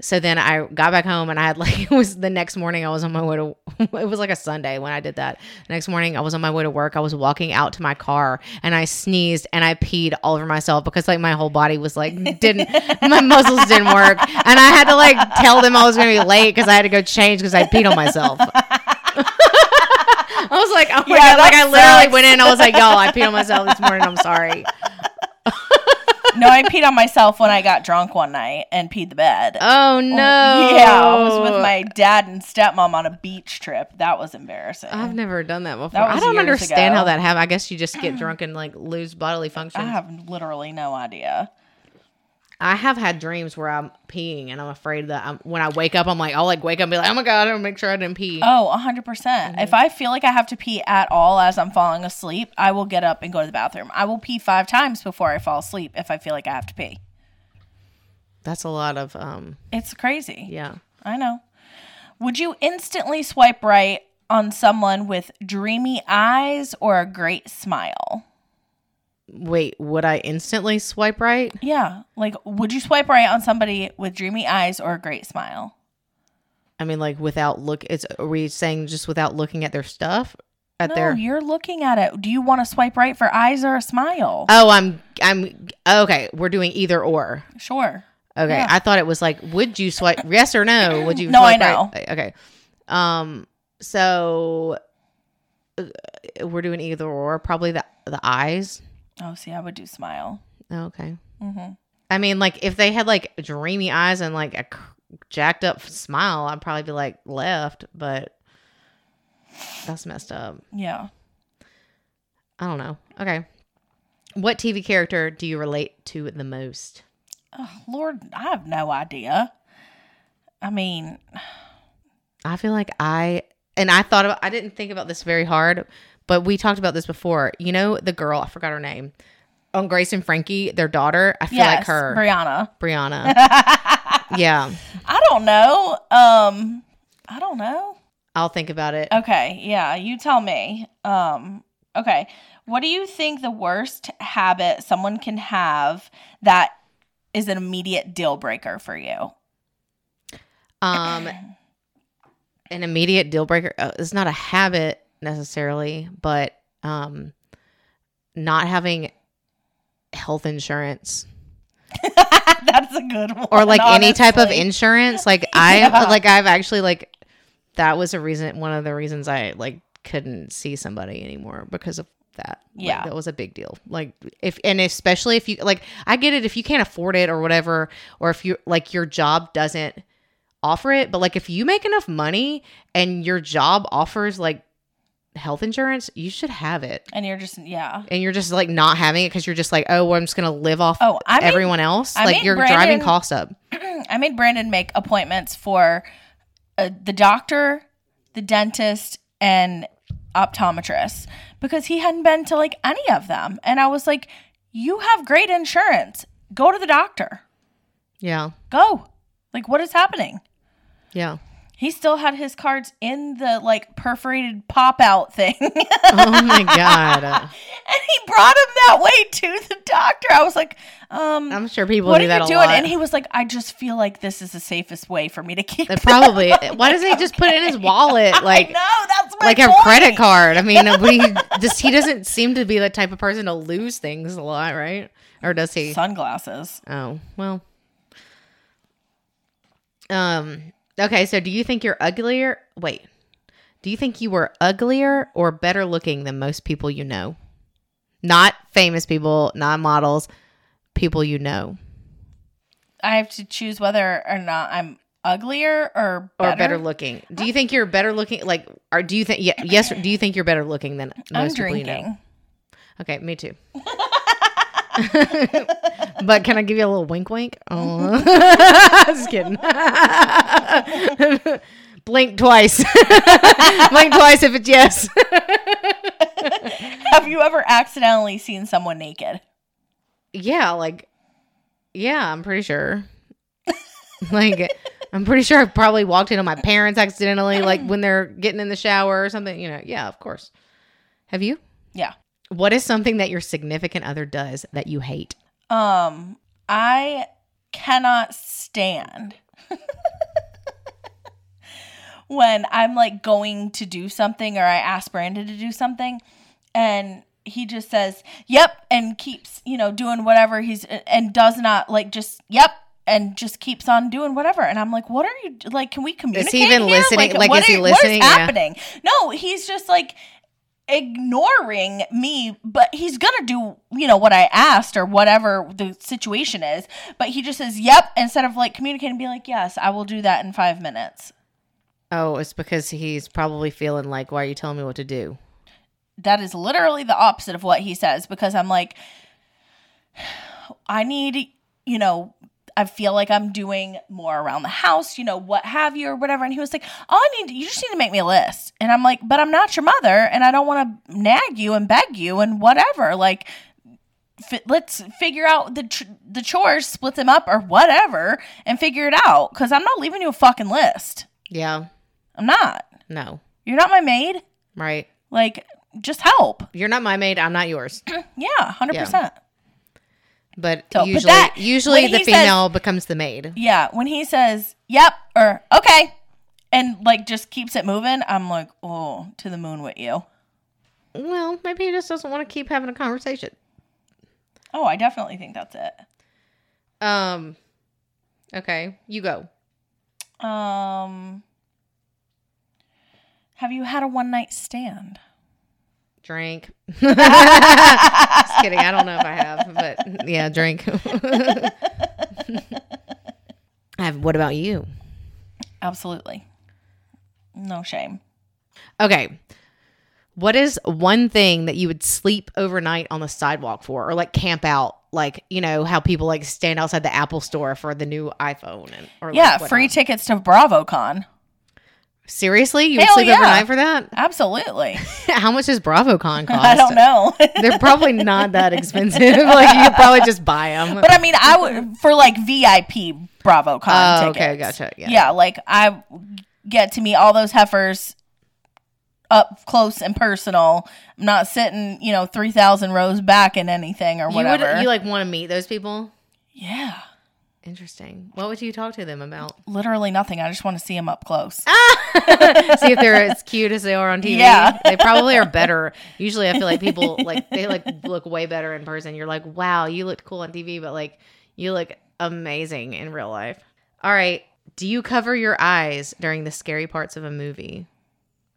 S1: so then I got back home and I had like, it was the next morning I was on my way to, it was like a Sunday when I did that. The next morning I was on my way to work. I was walking out to my car and I sneezed and I peed all over myself because like my whole body was like, didn't, my muscles didn't work. And I had to like tell them I was going to be late because I had to go change because I peed on myself. I was like, oh my
S2: Yeah,
S1: God. Like I
S2: that
S1: literally
S2: sucks.
S1: went in and I was like, y'all, I peed on myself this morning. I'm sorry.
S2: no, I peed on myself when I got drunk one night and peed the bed.
S1: Oh no.
S2: Yeah, I was with my dad and stepmom on a beach trip. That was embarrassing.
S1: I've never done that before.
S2: That
S1: I
S2: was
S1: don't
S2: years
S1: understand
S2: ago.
S1: how that happened. I guess you just get drunk and like lose bodily
S2: I
S1: functions.
S2: have literally no idea.
S1: I have had dreams where I'm peeing and I'm afraid that I'm, when I wake up, I'm like, I'll like wake up and be like, oh my God, I'm gonna make sure I didn't pee.
S2: Oh, 100%. percent If I feel like I have to pee at all as I'm falling asleep, I will get up and go to the bathroom. I will pee five times before I fall asleep if I feel like I have to pee.
S1: That's a lot of, um,
S2: It's crazy.
S1: yeah.
S2: I know. Would you instantly swipe right on someone with dreamy eyes or a great smile?
S1: Wait, would I instantly swipe right?
S2: Yeah. Like, would you swipe right on somebody with dreamy eyes or a great smile?
S1: I mean, like without look, it's, are we saying just without looking at their stuff? At
S2: no,
S1: their,
S2: you're looking at it. Do you want to swipe right for eyes or a smile?
S1: oh, I'm, I'm, okay, we're doing either or.
S2: sure.
S1: Okay,
S2: Yeah.
S1: I thought it was like, would you swipe yes or no? Would you?
S2: No, I
S1: swipe right?
S2: know.
S1: Okay, um, so uh, we're doing either or probably the the eyes. Oh,
S2: Oh, see, I would do smile.
S1: Okay,
S2: hmm
S1: I mean, like if they had like dreamy eyes and like a cr- jacked up smile, I'd probably be like left, but that's messed up.
S2: Yeah.
S1: I don't know. Okay, what TV character do you relate to the most?
S2: Oh, Lord, I have no idea. I mean,
S1: I feel like I and I thought about I didn't think about this very hard, but we talked about this before. You know the girl, I forgot her name. On Grace and Frankie, their daughter, I feel
S2: yes,
S1: like her.
S2: Brianna.
S1: Brianna. yeah.
S2: I don't know. Um, I don't know.
S1: I'll think about it.
S2: Okay, yeah, you tell me. Um, okay. What do you think the worst habit someone can have that is an immediate deal breaker for you?
S1: Um an immediate deal breaker. Uh, it's not a habit necessarily, but um not having health insurance
S2: That's a good one.
S1: or like any type of
S2: honestly.
S1: insurance like i
S2: Yeah.
S1: like i've actually like that was a reason one of the reasons i like couldn't see somebody anymore because of that Like,
S2: Yeah.
S1: that was a big deal like if and especially if you like i get it if you can't afford it or whatever or if you like your job doesn't offer it but like if you make enough money and your job offers like health insurance you should have it
S2: And you're just yeah.
S1: and you're just like not having it because you're just like oh well, i'm just gonna live off
S2: Oh, I made,
S1: everyone else
S2: I
S1: like
S2: mean,
S1: you're driving
S2: Brandon-
S1: costs up
S2: I made Brandon make appointments for uh, the doctor, the dentist, and optometrist because he hadn't been to like any of them, and I was like, "You have great insurance. Go to the doctor.
S1: yeah
S2: Go. Like, what is happening?"
S1: yeah
S2: He still had his cards in the like perforated pop out thing. and
S1: oh my god
S2: he brought him that way to the doctor. I was like, um,
S1: i'm sure people
S2: what
S1: do
S2: are
S1: that
S2: you
S1: a
S2: doing?
S1: lot
S2: And he was like, I just feel like this is the safest way for me to keep
S1: They probably why does he just put it in his wallet
S2: I
S1: like
S2: know that's my
S1: like a
S2: point.
S1: credit card i mean what do you just he doesn't seem to be the type of person to lose things a lot right or does he
S2: Sunglasses.
S1: oh well um okay so do you think you're uglier wait do you think you were uglier or better looking than most people you know not famous people not models people you know
S2: I have to choose whether or not I'm uglier or
S1: or
S2: better.
S1: better looking. Do you think you're better looking? Like, or do you think? Yeah, yes. Do you think you're better looking than most
S2: I'm
S1: people you know?
S2: drinking.
S1: Okay, me too. but can I give you a little wink, wink? Oh, just kidding. Blink twice. Blink twice if it's yes.
S2: Have you ever accidentally seen someone naked?
S1: yeah, like, yeah, I'm pretty sure. Like, I'm pretty sure I probably walked into my parents accidentally, like when they're getting in the shower or something. You know, yeah, of course. Have you?
S2: Yeah.
S1: What is something that your significant other does that you hate?
S2: Um, I cannot stand when I'm like going to do something or I ask Brandon to do something and he just says, "Yep," and keeps, you know, doing whatever he's and does not like just, "Yep." And just keeps on doing whatever, and I'm like, "What are you like? Can we communicate?
S1: even
S2: here?
S1: listening? Like,
S2: what
S1: is he
S2: are- what
S1: listening?
S2: is
S1: Yeah.
S2: happening? No, he's just like ignoring me, but he's gonna do, you know, what I asked or whatever the situation is. But he just says, "Yep," instead of like communicating, be like, "Yes, I will do that in five minutes."
S1: Oh, it's because he's probably feeling like, why are you telling me what to do?
S2: that is literally the opposite of what he says because I'm like, I need, you know, I feel like I'm doing more around the house, you know, what have you or whatever. And he was like, All I need, you just need to make me a list. And I'm like, But I'm not your mother and I don't want to nag you and beg you and whatever. Like, fi- let's figure out the tr- the chores, split them up or whatever and figure it out because I'm not leaving you a fucking list.
S1: Yeah,
S2: I'm not.
S1: no,
S2: You're not my maid.
S1: right?
S2: Like, just help.
S1: You're not my maid. I'm not yours.
S2: Yeah, 100%.
S1: But
S2: So, but
S1: usually,
S2: that-
S1: usually
S2: when
S1: the
S2: he says-
S1: female becomes the maid.
S2: Yeah, when he says "yep" or "okay," and like just keeps it moving, I'm like, "Oh, to the moon with you."
S1: Well, maybe he just doesn't want to keep having a conversation.
S2: Oh, I definitely think that's it.
S1: Um, okay, you go.
S2: Um, have you had a one night stand?
S1: Drink. just kidding. I don't know if I have, but yeah, drink. I have, what about you?
S2: Absolutely, no shame.
S1: Okay. What is one thing that you would sleep overnight on the sidewalk for or like camp out? Like, you know, how people like stand outside the Apple store for the new iPhone and or like,
S2: Yeah,
S1: whatnot.
S2: free tickets to BravoCon.
S1: Seriously? You would
S2: Hell
S1: sleep
S2: yeah.
S1: overnight for that?
S2: Absolutely.
S1: how much does BravoCon cost?
S2: I don't know.
S1: They're probably not that expensive. like you could probably just buy them.
S2: But I mean, I would for like VIP BravoCon
S1: Oh,
S2: tickets.
S1: okay, gotcha, yeah.
S2: like I get to meet all those heifers up close and personal. I'm not sitting, you know, three thousand rows back in anything or
S1: you would
S2: whatever.
S1: you like want to meet those people?
S2: yeah,
S1: Interesting. What would you talk to them about?
S2: literally nothing. I just want to see them up close.
S1: See if they're as cute as they are on TV.
S2: Yeah.
S1: They probably are better. Usually I feel like people like they like look way better in person. You're like, "Wow, you looked cool on TV, but like you look amazing in real life." All right. Do you cover your eyes during the scary parts of a movie?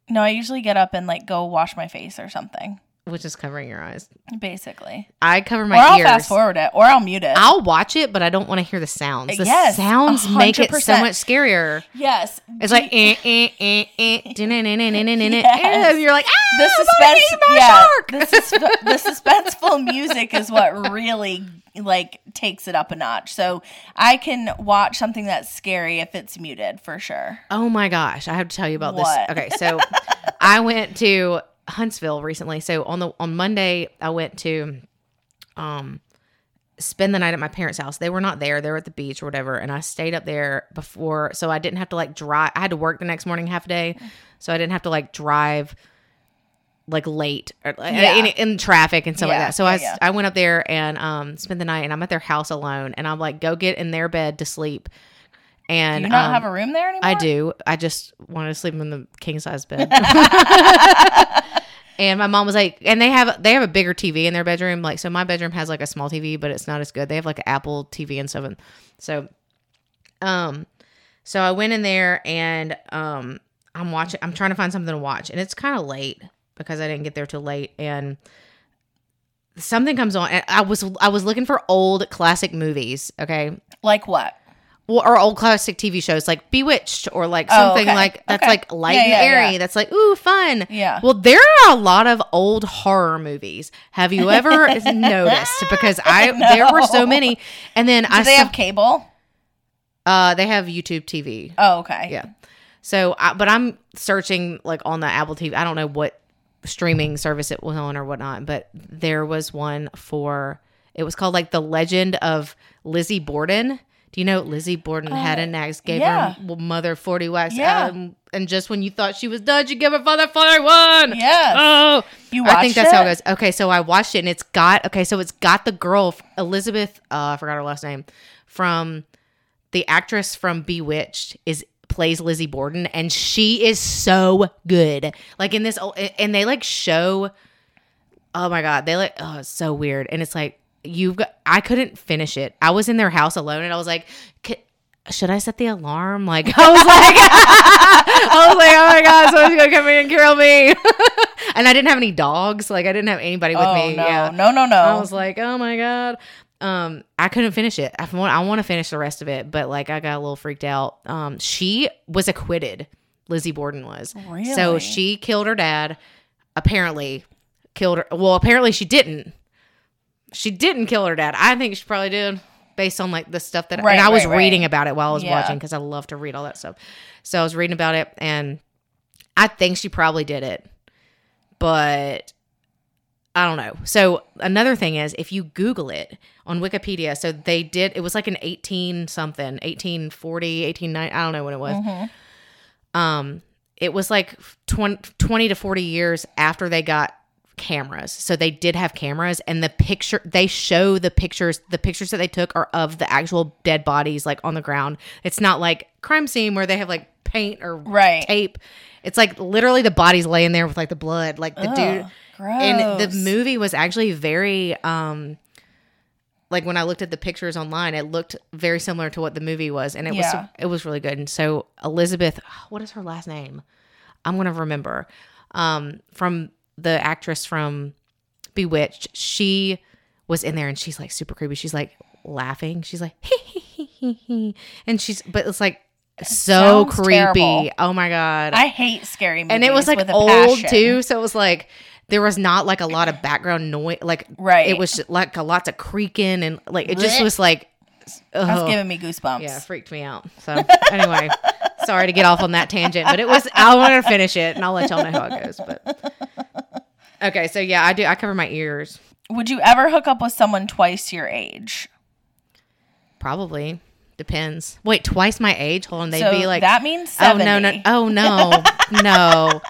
S2: No, I usually get up and like go wash my face or something.
S1: Which is covering your eyes.
S2: Basically,
S1: I cover
S2: or
S1: my
S2: I'll
S1: ears.
S2: fast forward it, or I'll mute it.
S1: I'll watch it, but I don't want to hear the sounds. The
S2: Yes,
S1: sounds make it so
S2: 100%.
S1: much scarier.
S2: yes,
S1: It's like eh, eh, eh, eh, da-na-na-na-na-na-na, eh,
S2: Yes.
S1: and you're like ah,
S2: the
S1: somebody
S2: suspense,
S1: eat my
S2: yeah,
S1: shark.
S2: the, susp- the suspenseful music is what really like takes it up a notch. So I can watch something that's scary if it's muted for sure.
S1: Oh my gosh, I have to tell you about
S2: What?
S1: this. Okay, so I went to Huntsville recently. So on the on Monday, I went to um spend the night at my parents' house. They were not there; they were at the beach or whatever. And I stayed up there before, so I didn't have to like drive. I had to work the next morning half a day, so I didn't have to like drive like late or like,
S2: Yeah.
S1: in, in traffic and stuff like
S2: Yeah,
S1: that. So
S2: yeah,
S1: I s-
S2: yeah.
S1: I went up there and um spent the night, and I'm at their house alone, and I'm like, go get in their bed to sleep. And
S2: Do you not
S1: um,
S2: have a room there anymore?
S1: I do. I just wanted to sleep in the king size bed. and my mom was like, and they have they have a bigger TV in their bedroom. Like, so my bedroom has like a small TV, but it's not as good. They have like an Apple TV and stuff. And so, um, so I went in there and um, I'm watching. I'm trying to find something to watch, and it's kind of late because I didn't get there till late and something comes on and i was i was looking for old classic movies okay
S2: Like what?
S1: well, or old classic TV shows like Bewitched or like
S2: Oh,
S1: something
S2: okay.
S1: like that's
S2: Okay.
S1: like light
S2: Yeah,
S1: and
S2: yeah,
S1: airy.
S2: yeah.
S1: That's like ooh fun.
S2: Yeah.
S1: Well, there are a lot of old horror movies. Have you ever noticed? Because I there were so
S2: No.
S1: many, and then
S2: Do
S1: I
S2: they
S1: saw,
S2: have cable?
S1: uh, they have YouTube TV.
S2: Oh, okay.
S1: Yeah. So, I, but I'm searching like on the Apple TV. I don't know what streaming service it was on or whatnot, but there was one for it was called like the Legend of Lizzie Borden. Do you know Lizzie Borden had an axe, gave
S2: Uh, yeah.
S1: her m- mother 40 whacks,
S2: Yeah.
S1: um, and just when you thought she was done, she gave her father 41.
S2: Yes.
S1: Oh,
S2: You
S1: I think
S2: watched
S1: that's how it
S2: it?
S1: goes. Okay, so I watched it, and it's got, okay, so it's got the girl, Elizabeth, uh, I forgot her last name, from the actress from Bewitched is plays Lizzie Borden and she is so good. Like in this oh, and they like show oh my god, they like oh it's so weird and it's like you've got I couldn't finish it. I was in their house alone and I was like "C- should I set the alarm? Like I was like I was like oh my god, someone's going to come in and kill me. and I didn't have any dogs, like I didn't have anybody with
S2: oh,
S1: me.
S2: no.
S1: Yeah.
S2: no, no, no,
S1: I was like, oh my god. Um, I couldn't finish it. I want, I want to finish the rest of it, but like I got a little freaked out. Um, she was acquitted. Lizzie Borden was. So
S2: Really?
S1: she killed her dad. Apparently, killed her. Well, apparently she didn't. She didn't kill her dad. I think she probably did, based on like the stuff that.
S2: Right,
S1: and I was
S2: right, right.
S1: reading about it while I was
S2: Yeah.
S1: watching because I love to read all that stuff. So I was reading about it, and I think she probably did it, but I don't know. So another thing is if you Google it on Wikipedia, so they did it was like an 18 something, 1840, 189, I don't know what it was.
S2: Mhm.
S1: Um it was like 20, 20 to 40 years after they got cameras. So they did have cameras and the picture they show the pictures the pictures that they took are of the actual dead bodies like on the ground. It's not like crime scene where they have like paint or
S2: Right.
S1: tape. It's like literally the body's laying there with like the blood like the dude
S2: Ugh, gross.
S1: and the movie was actually very um like when I looked at the pictures online, it looked very similar to what the movie was and it
S2: Yeah.
S1: was it was really good. And so Elizabeth, what is her last name? I'm going to remember. Um from the actress from Bewitched, she was in there and she's like super creepy. She's like laughing. She's like hee hee hee hee hee. And she's but it's like so
S2: sounds
S1: creepy.
S2: terrible.
S1: Oh my god
S2: I hate scary movies.
S1: and it was like
S2: with a
S1: old
S2: passion.
S1: too so it was like there was not like a lot of background noise like
S2: Right.
S1: it was just, like a lots of creaking and like it just
S2: Blech.
S1: was like
S2: That's
S1: ugh.
S2: giving me goosebumps.
S1: Oh. yeah it freaked me out so anyway sorry to get off on that tangent but it was i want to finish it and i'll let y'all know how it goes but okay so yeah i do i cover my ears
S2: Would you ever hook up with someone twice your age?
S1: probably depends wait twice my age hold on they'd
S2: so
S1: be like
S2: that means
S1: oh
S2: seventy.
S1: no no oh no no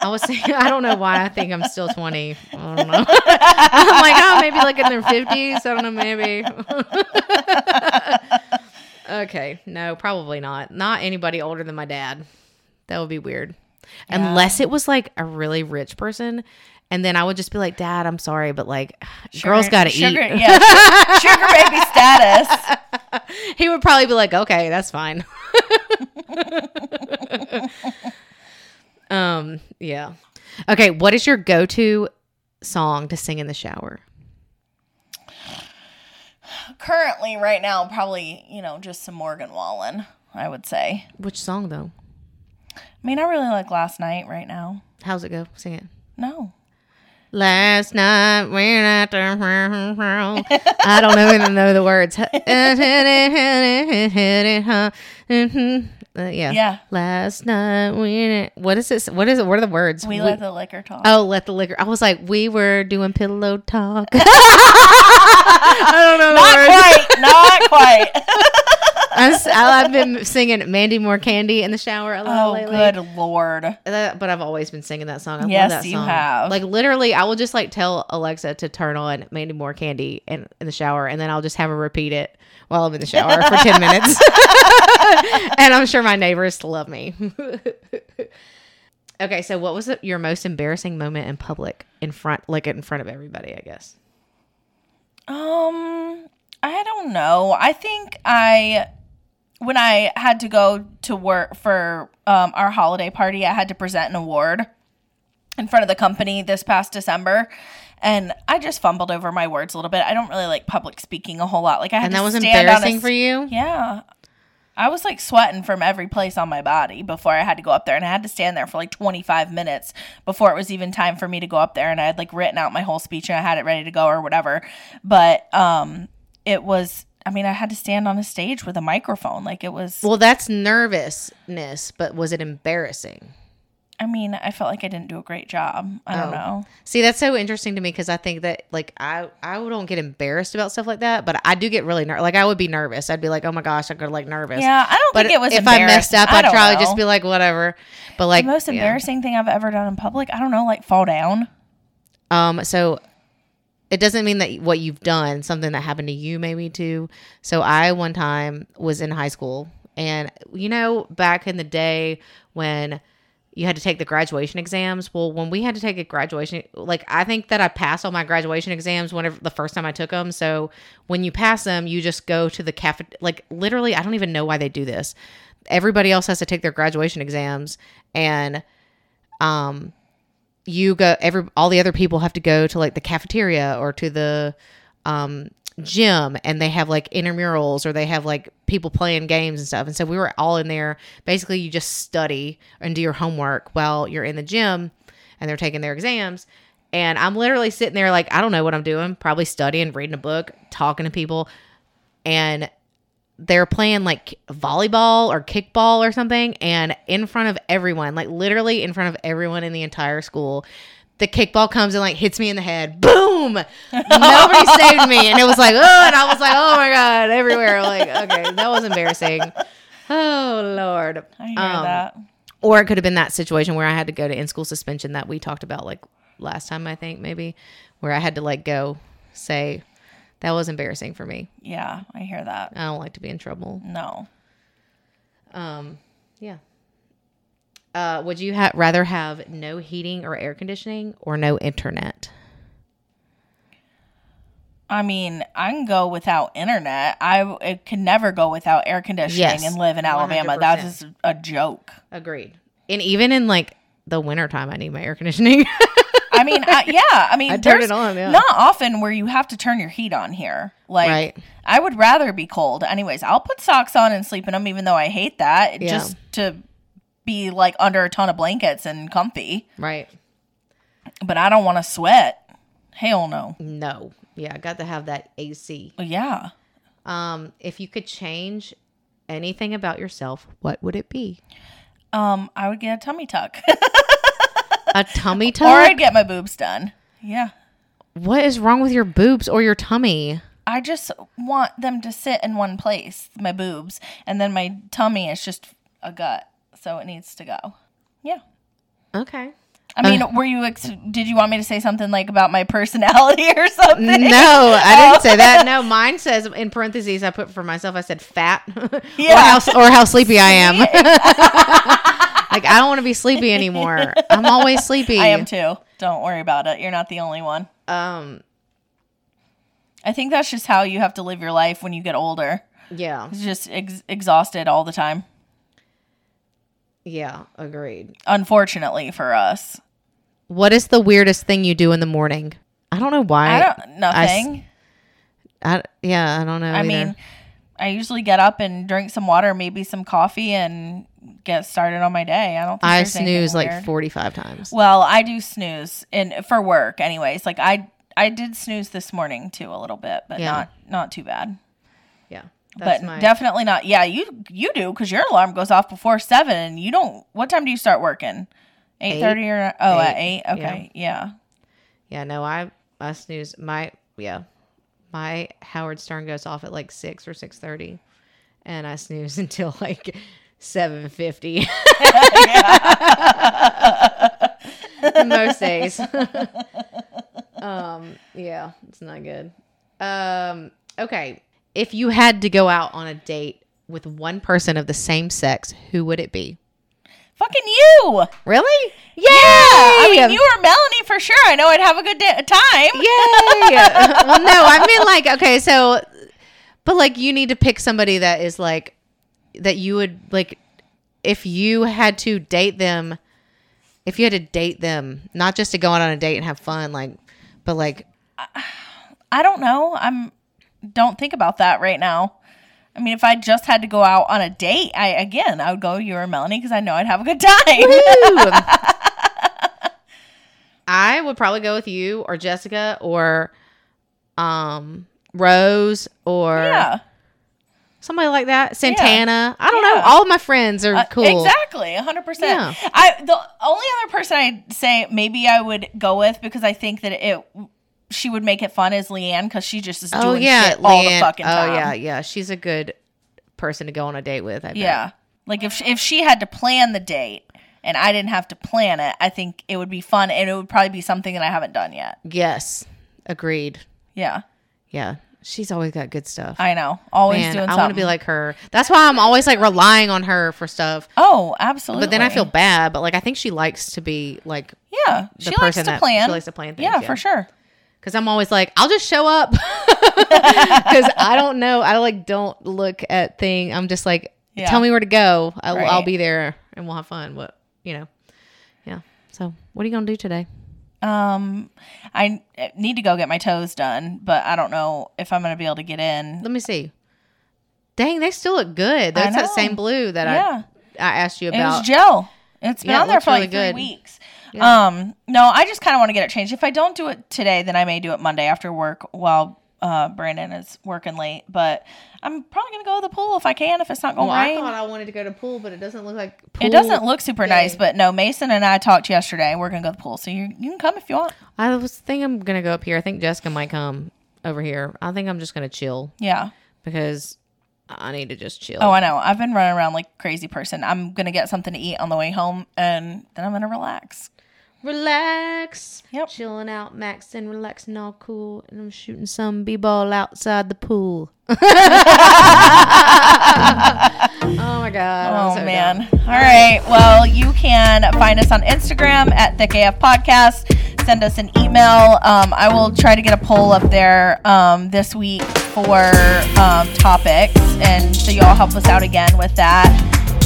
S1: i was saying i don't know why i think i'm still 20 i don't know i'm like oh maybe like in their 50s i don't know maybe okay no probably not not anybody older than my dad that would be weird unless it was like a really rich person and then i would just be like dad i'm sorry but like girls gotta
S2: sugar,
S1: eat
S2: Yeah, sugar, sugar baby status.
S1: he would probably be like, okay, that's fine. um, yeah. Okay, what is your go-to song to sing in the shower?
S2: Currently, right now, probably you know just some Morgan Wallen. I would say.
S1: Which song though?
S2: I mean, I really like Last Night right now.
S1: How's it go? Sing it.
S2: No.
S1: Last night when I turned around, I don't know even know the words. Uh, yeah.
S2: Yeah.
S1: Last night when I, what is this? What is it? What are the words?
S2: We,
S1: We-
S2: let the liquor talk.
S1: Oh, let the liquor. I was like, we were doing pillow talk. I don't know the
S2: not
S1: words.
S2: quite. Not quite.
S1: I'm s- I- I've been singing Mandy More Candy in the shower a lot
S2: oh,
S1: lately.
S2: good lord.
S1: That- but I've always been singing that song. I
S2: Yes,
S1: love that
S2: you
S1: song.
S2: have.
S1: Like literally, I will just like tell Alexa to turn on Mandy More Candy in, in the shower, and then I'll just have her repeat it while I'm in the shower for ten minutes. and I'm sure my neighbors love me. okay, so what was the, your most embarrassing moment in public, in front, like in front of everybody? I guess.
S2: Um, I don't know. I think I when I had to go to work for um, our holiday party, I had to present an award in front of the company this past December. And I just fumbled over my words a little bit. I don't really like public speaking a whole lot. Like I had
S1: And
S2: to
S1: that was
S2: stand
S1: embarrassing
S2: on a,
S1: for you.
S2: Yeah. I was like sweating from every place on my body before I had to go up there. And I had to stand there for like 25 minutes before it was even time for me to go up there. And I had like written out my whole speech and I had it ready to go or whatever. But um, it was, I mean, I had to stand on a stage with a microphone. Like it was,
S1: Well, that's nervousness, but was it embarrassing?
S2: I mean, I felt like I didn't do a great job. I
S1: Oh.
S2: don't know.
S1: See, that's so interesting to me because I think that like I I don't get embarrassed about stuff like that, but I do get really nervous. Like I would be nervous. I'd be like, oh my gosh, I got like nervous.
S2: Yeah, I don't
S1: But
S2: think it was.
S1: if I messed up, I'd probably
S2: just
S1: just be like, whatever. But like
S2: the most
S1: yeah.
S2: embarrassing thing I've ever done in public. I don't know, like fall down.
S1: Um, so it doesn't mean that what you've done, something that happened to you, maybe too. So I one time was in high school, and you know, back in the day when you had to take the graduation exams. Well, when we had to take a graduation, like I think that I passed all my graduation exams whenever the first time I took them. So when you pass them, you just go to the cafe. Like literally, I don't even know why they do this. Everybody else has to take their graduation exams, and um you go every all the other people have to go to like the cafeteria or to the um gym and they have like intramurals or they have like people playing games and stuff and so we were all in there basically you just study and do your homework while you're in the gym and they're taking their exams and i'm literally sitting there like i don't know what i'm doing probably studying reading a book talking to people and they're playing like volleyball or kickball or something and in front of everyone like literally in front of everyone in the entire school the kickball comes and like hits me in the head boom nobody saved me and it was like oh and i was like oh my god everywhere like okay that was embarrassing oh lord
S2: I hear
S1: Um,
S2: that.
S1: or it could have been that situation where I had to go to in school suspension that we talked about like last time, I think maybe, where I had to like go say that was embarrassing for me.
S2: Yeah, I hear that.
S1: I don't like to be in trouble.
S2: No.
S1: Um, yeah. Uh, would you ha- rather have no heating or air conditioning or no internet?
S2: I mean, I can go without internet. I w- it can never go without air conditioning
S1: Yes,
S2: and live in Alabama. That's
S1: 100%.
S2: just a joke.
S1: Agreed. And even in like the wintertime, I need my air conditioning.
S2: I mean, I, yeah. I mean,
S1: I turn it
S2: there's
S1: on, yeah.
S2: Not often where you have to turn your heat on here. Like,
S1: Right.
S2: I would rather be cold. Anyways, I'll put socks on and sleep in them, even though I hate that,
S1: Yeah.
S2: just to be like under a ton of blankets and comfy.
S1: right.
S2: But I don't want to sweat. Hell no.
S1: No. Yeah. I got to have that AC.
S2: Yeah.
S1: Um, if you could change anything about yourself, what would it be?
S2: Um, I would get a tummy tuck,
S1: A tummy tuck?
S2: or I'd get my boobs done. Yeah.
S1: what is wrong with your boobs or your tummy?
S2: I just want them to sit in one place, my boobs, and then my tummy is just a gut, so it needs to go. Yeah.
S1: Okay.
S2: I mean, were you ex- did you want me to say something like about my personality or something?
S1: No, I didn't say that. No, mine says in parentheses. I put for myself. I said fat, or
S2: Yeah.
S1: how or how sleepy I am. like I don't want to be sleepy anymore. I'm always sleepy.
S2: I am too. Don't worry about it. You're not the only one.
S1: Um.
S2: I think that's just how you have to live your life when you get older.
S1: Yeah.
S2: It's just ex- exhausted all the time.
S1: Yeah. Agreed.
S2: Unfortunately for us,
S1: What is the weirdest thing you do in the morning? I don't know why.
S2: I don't nothing.
S1: I- yeah, I don't know.
S2: I, mean, I usually get up and drink some water, maybe some coffee, and get started on my day. I don't. Think
S1: I
S2: there's anything
S1: snooze like
S2: weird.
S1: 45 times.
S2: Well, I do snooze and for work anyways. Like I I did snooze this morning too a little bit, but
S1: Yeah.
S2: not not too bad.
S1: Yeah.
S2: but definitely not. Yeah, you you do cuz your alarm goes off before 7 and you don't What time do you start working? 8:30 or oh at 8.
S1: Eight,
S2: Okay. Yeah.
S1: Yeah, no, I I snooze my yeah. My Howard Stern goes off at like six or six thirty and I snooze until like seven fifty most days. um, yeah, it's not good. Um, okay. If you had to go out on a date with one person of the same sex, who would it be?
S2: Fucking you.
S1: Really?
S2: Yeah. I
S1: Yay!
S2: mean, you or Melanie for sure. I know I'd have a good da- time.
S1: Yay! well, no, I mean like okay, so, but like you need to pick somebody that is like that you would like if you had to date them, if you had to date them, not just to go out on a date and have fun, like, but like
S2: I don't know. I'm don't think about that right now. I mean, if I just had to go out on a date, I again, I would go you or Melanie because I know I'd have a good time.
S1: Ooh. I would probably go with you or Jessica or um Rose or
S2: yeah,
S1: somebody like that. Santana. I don't know.
S2: Yeah.
S1: All of my friends are
S2: Uh,
S1: cool.
S2: Exactly, 100%.
S1: Yeah.
S2: I the only other person I'd say maybe I would go with because I think that it she would make it fun is Leanne cuz she just is doing
S1: Oh yeah,
S2: shit all the
S1: Leanne.
S2: fucking time.
S1: Oh yeah, yeah. She's a good person to go on a date with. I bet.
S2: Yeah. Like if she, if she had to plan the date and I didn't have to plan it, I think it would be fun and it would probably be something that I haven't done yet.
S1: Yes. Agreed.
S2: Yeah.
S1: Yeah. She's always got good stuff.
S2: I know. Always
S1: Man,
S2: doing
S1: I
S2: something.
S1: want to be like her. That's why I'm always like relying on her for stuff.
S2: "Oh, absolutely."
S1: But then I feel bad. But like, I think she likes to be like
S2: Yeah.
S1: the
S2: She
S1: person
S2: likes to
S1: that
S2: plan.
S1: she likes to plan things.
S2: yeah, for sure.
S1: Because I'm always like, I'll just show up because I don't know. I like don't look at thing. I'm just like,
S2: Yeah.
S1: tell me where to go. I'll, I'll
S2: Right.
S1: be there and we'll have fun. But you know, yeah. So what are you gonna do today?
S2: Um I n- need to go get my toes done, but I don't know if I'm going to be able to get in.
S1: Let me see. Dang, they still look good. That's that
S2: know.
S1: same blue that
S2: Yeah.
S1: I I asked you
S2: It was
S1: about.
S2: gel. It's been
S1: Yeah, it
S2: on there
S1: looks
S2: for like
S1: really
S2: three
S1: good.
S2: weeks. Um, no, I just kind of want to get it changed. If I don't do it today, then I may do it Monday after work while uh, Brandon is working late. But I'm probably gonna go to the pool if I can. If it's not going
S1: Well,
S2: to
S1: Oh, I
S2: rain,
S1: thought I wanted to go to pool, but it doesn't look like pool.
S2: it doesn't look super nice.
S1: day.
S2: But no, Mason and I talked yesterday. We're gonna go to the pool, so you you can come if you want.
S1: I was think I'm gonna go up here. I think Jessica might come over here. I think I'm just gonna chill
S2: Yeah.
S1: because I need to just chill.
S2: Oh, I know. I've been running around like a crazy person. I'm gonna get something to eat on the way home, and then I'm gonna relax.
S1: Relax.
S2: Yep.
S1: Chilling out, maxing, relaxing, all cool. And I'm shooting some b ball outside the pool. oh my God. I'm
S2: Oh
S1: so
S2: man.
S1: dumb.
S2: All right. Well, you can find us on Instagram at Thick AF Podcast. Send us an email. Um, I will try to get a poll up there um, this week for um, topics, and so y'all help us out again with that.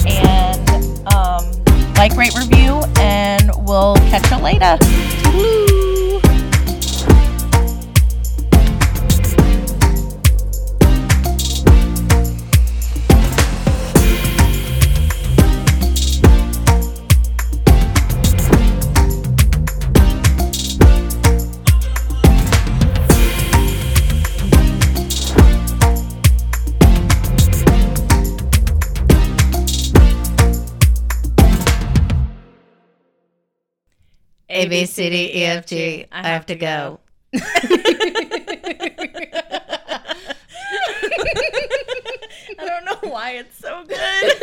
S2: And um, like, rate, review, and we'll catch you later. Toodaloo.
S1: A, B, C, D, E, F, G. I have to go.
S2: I don't know why it's so good.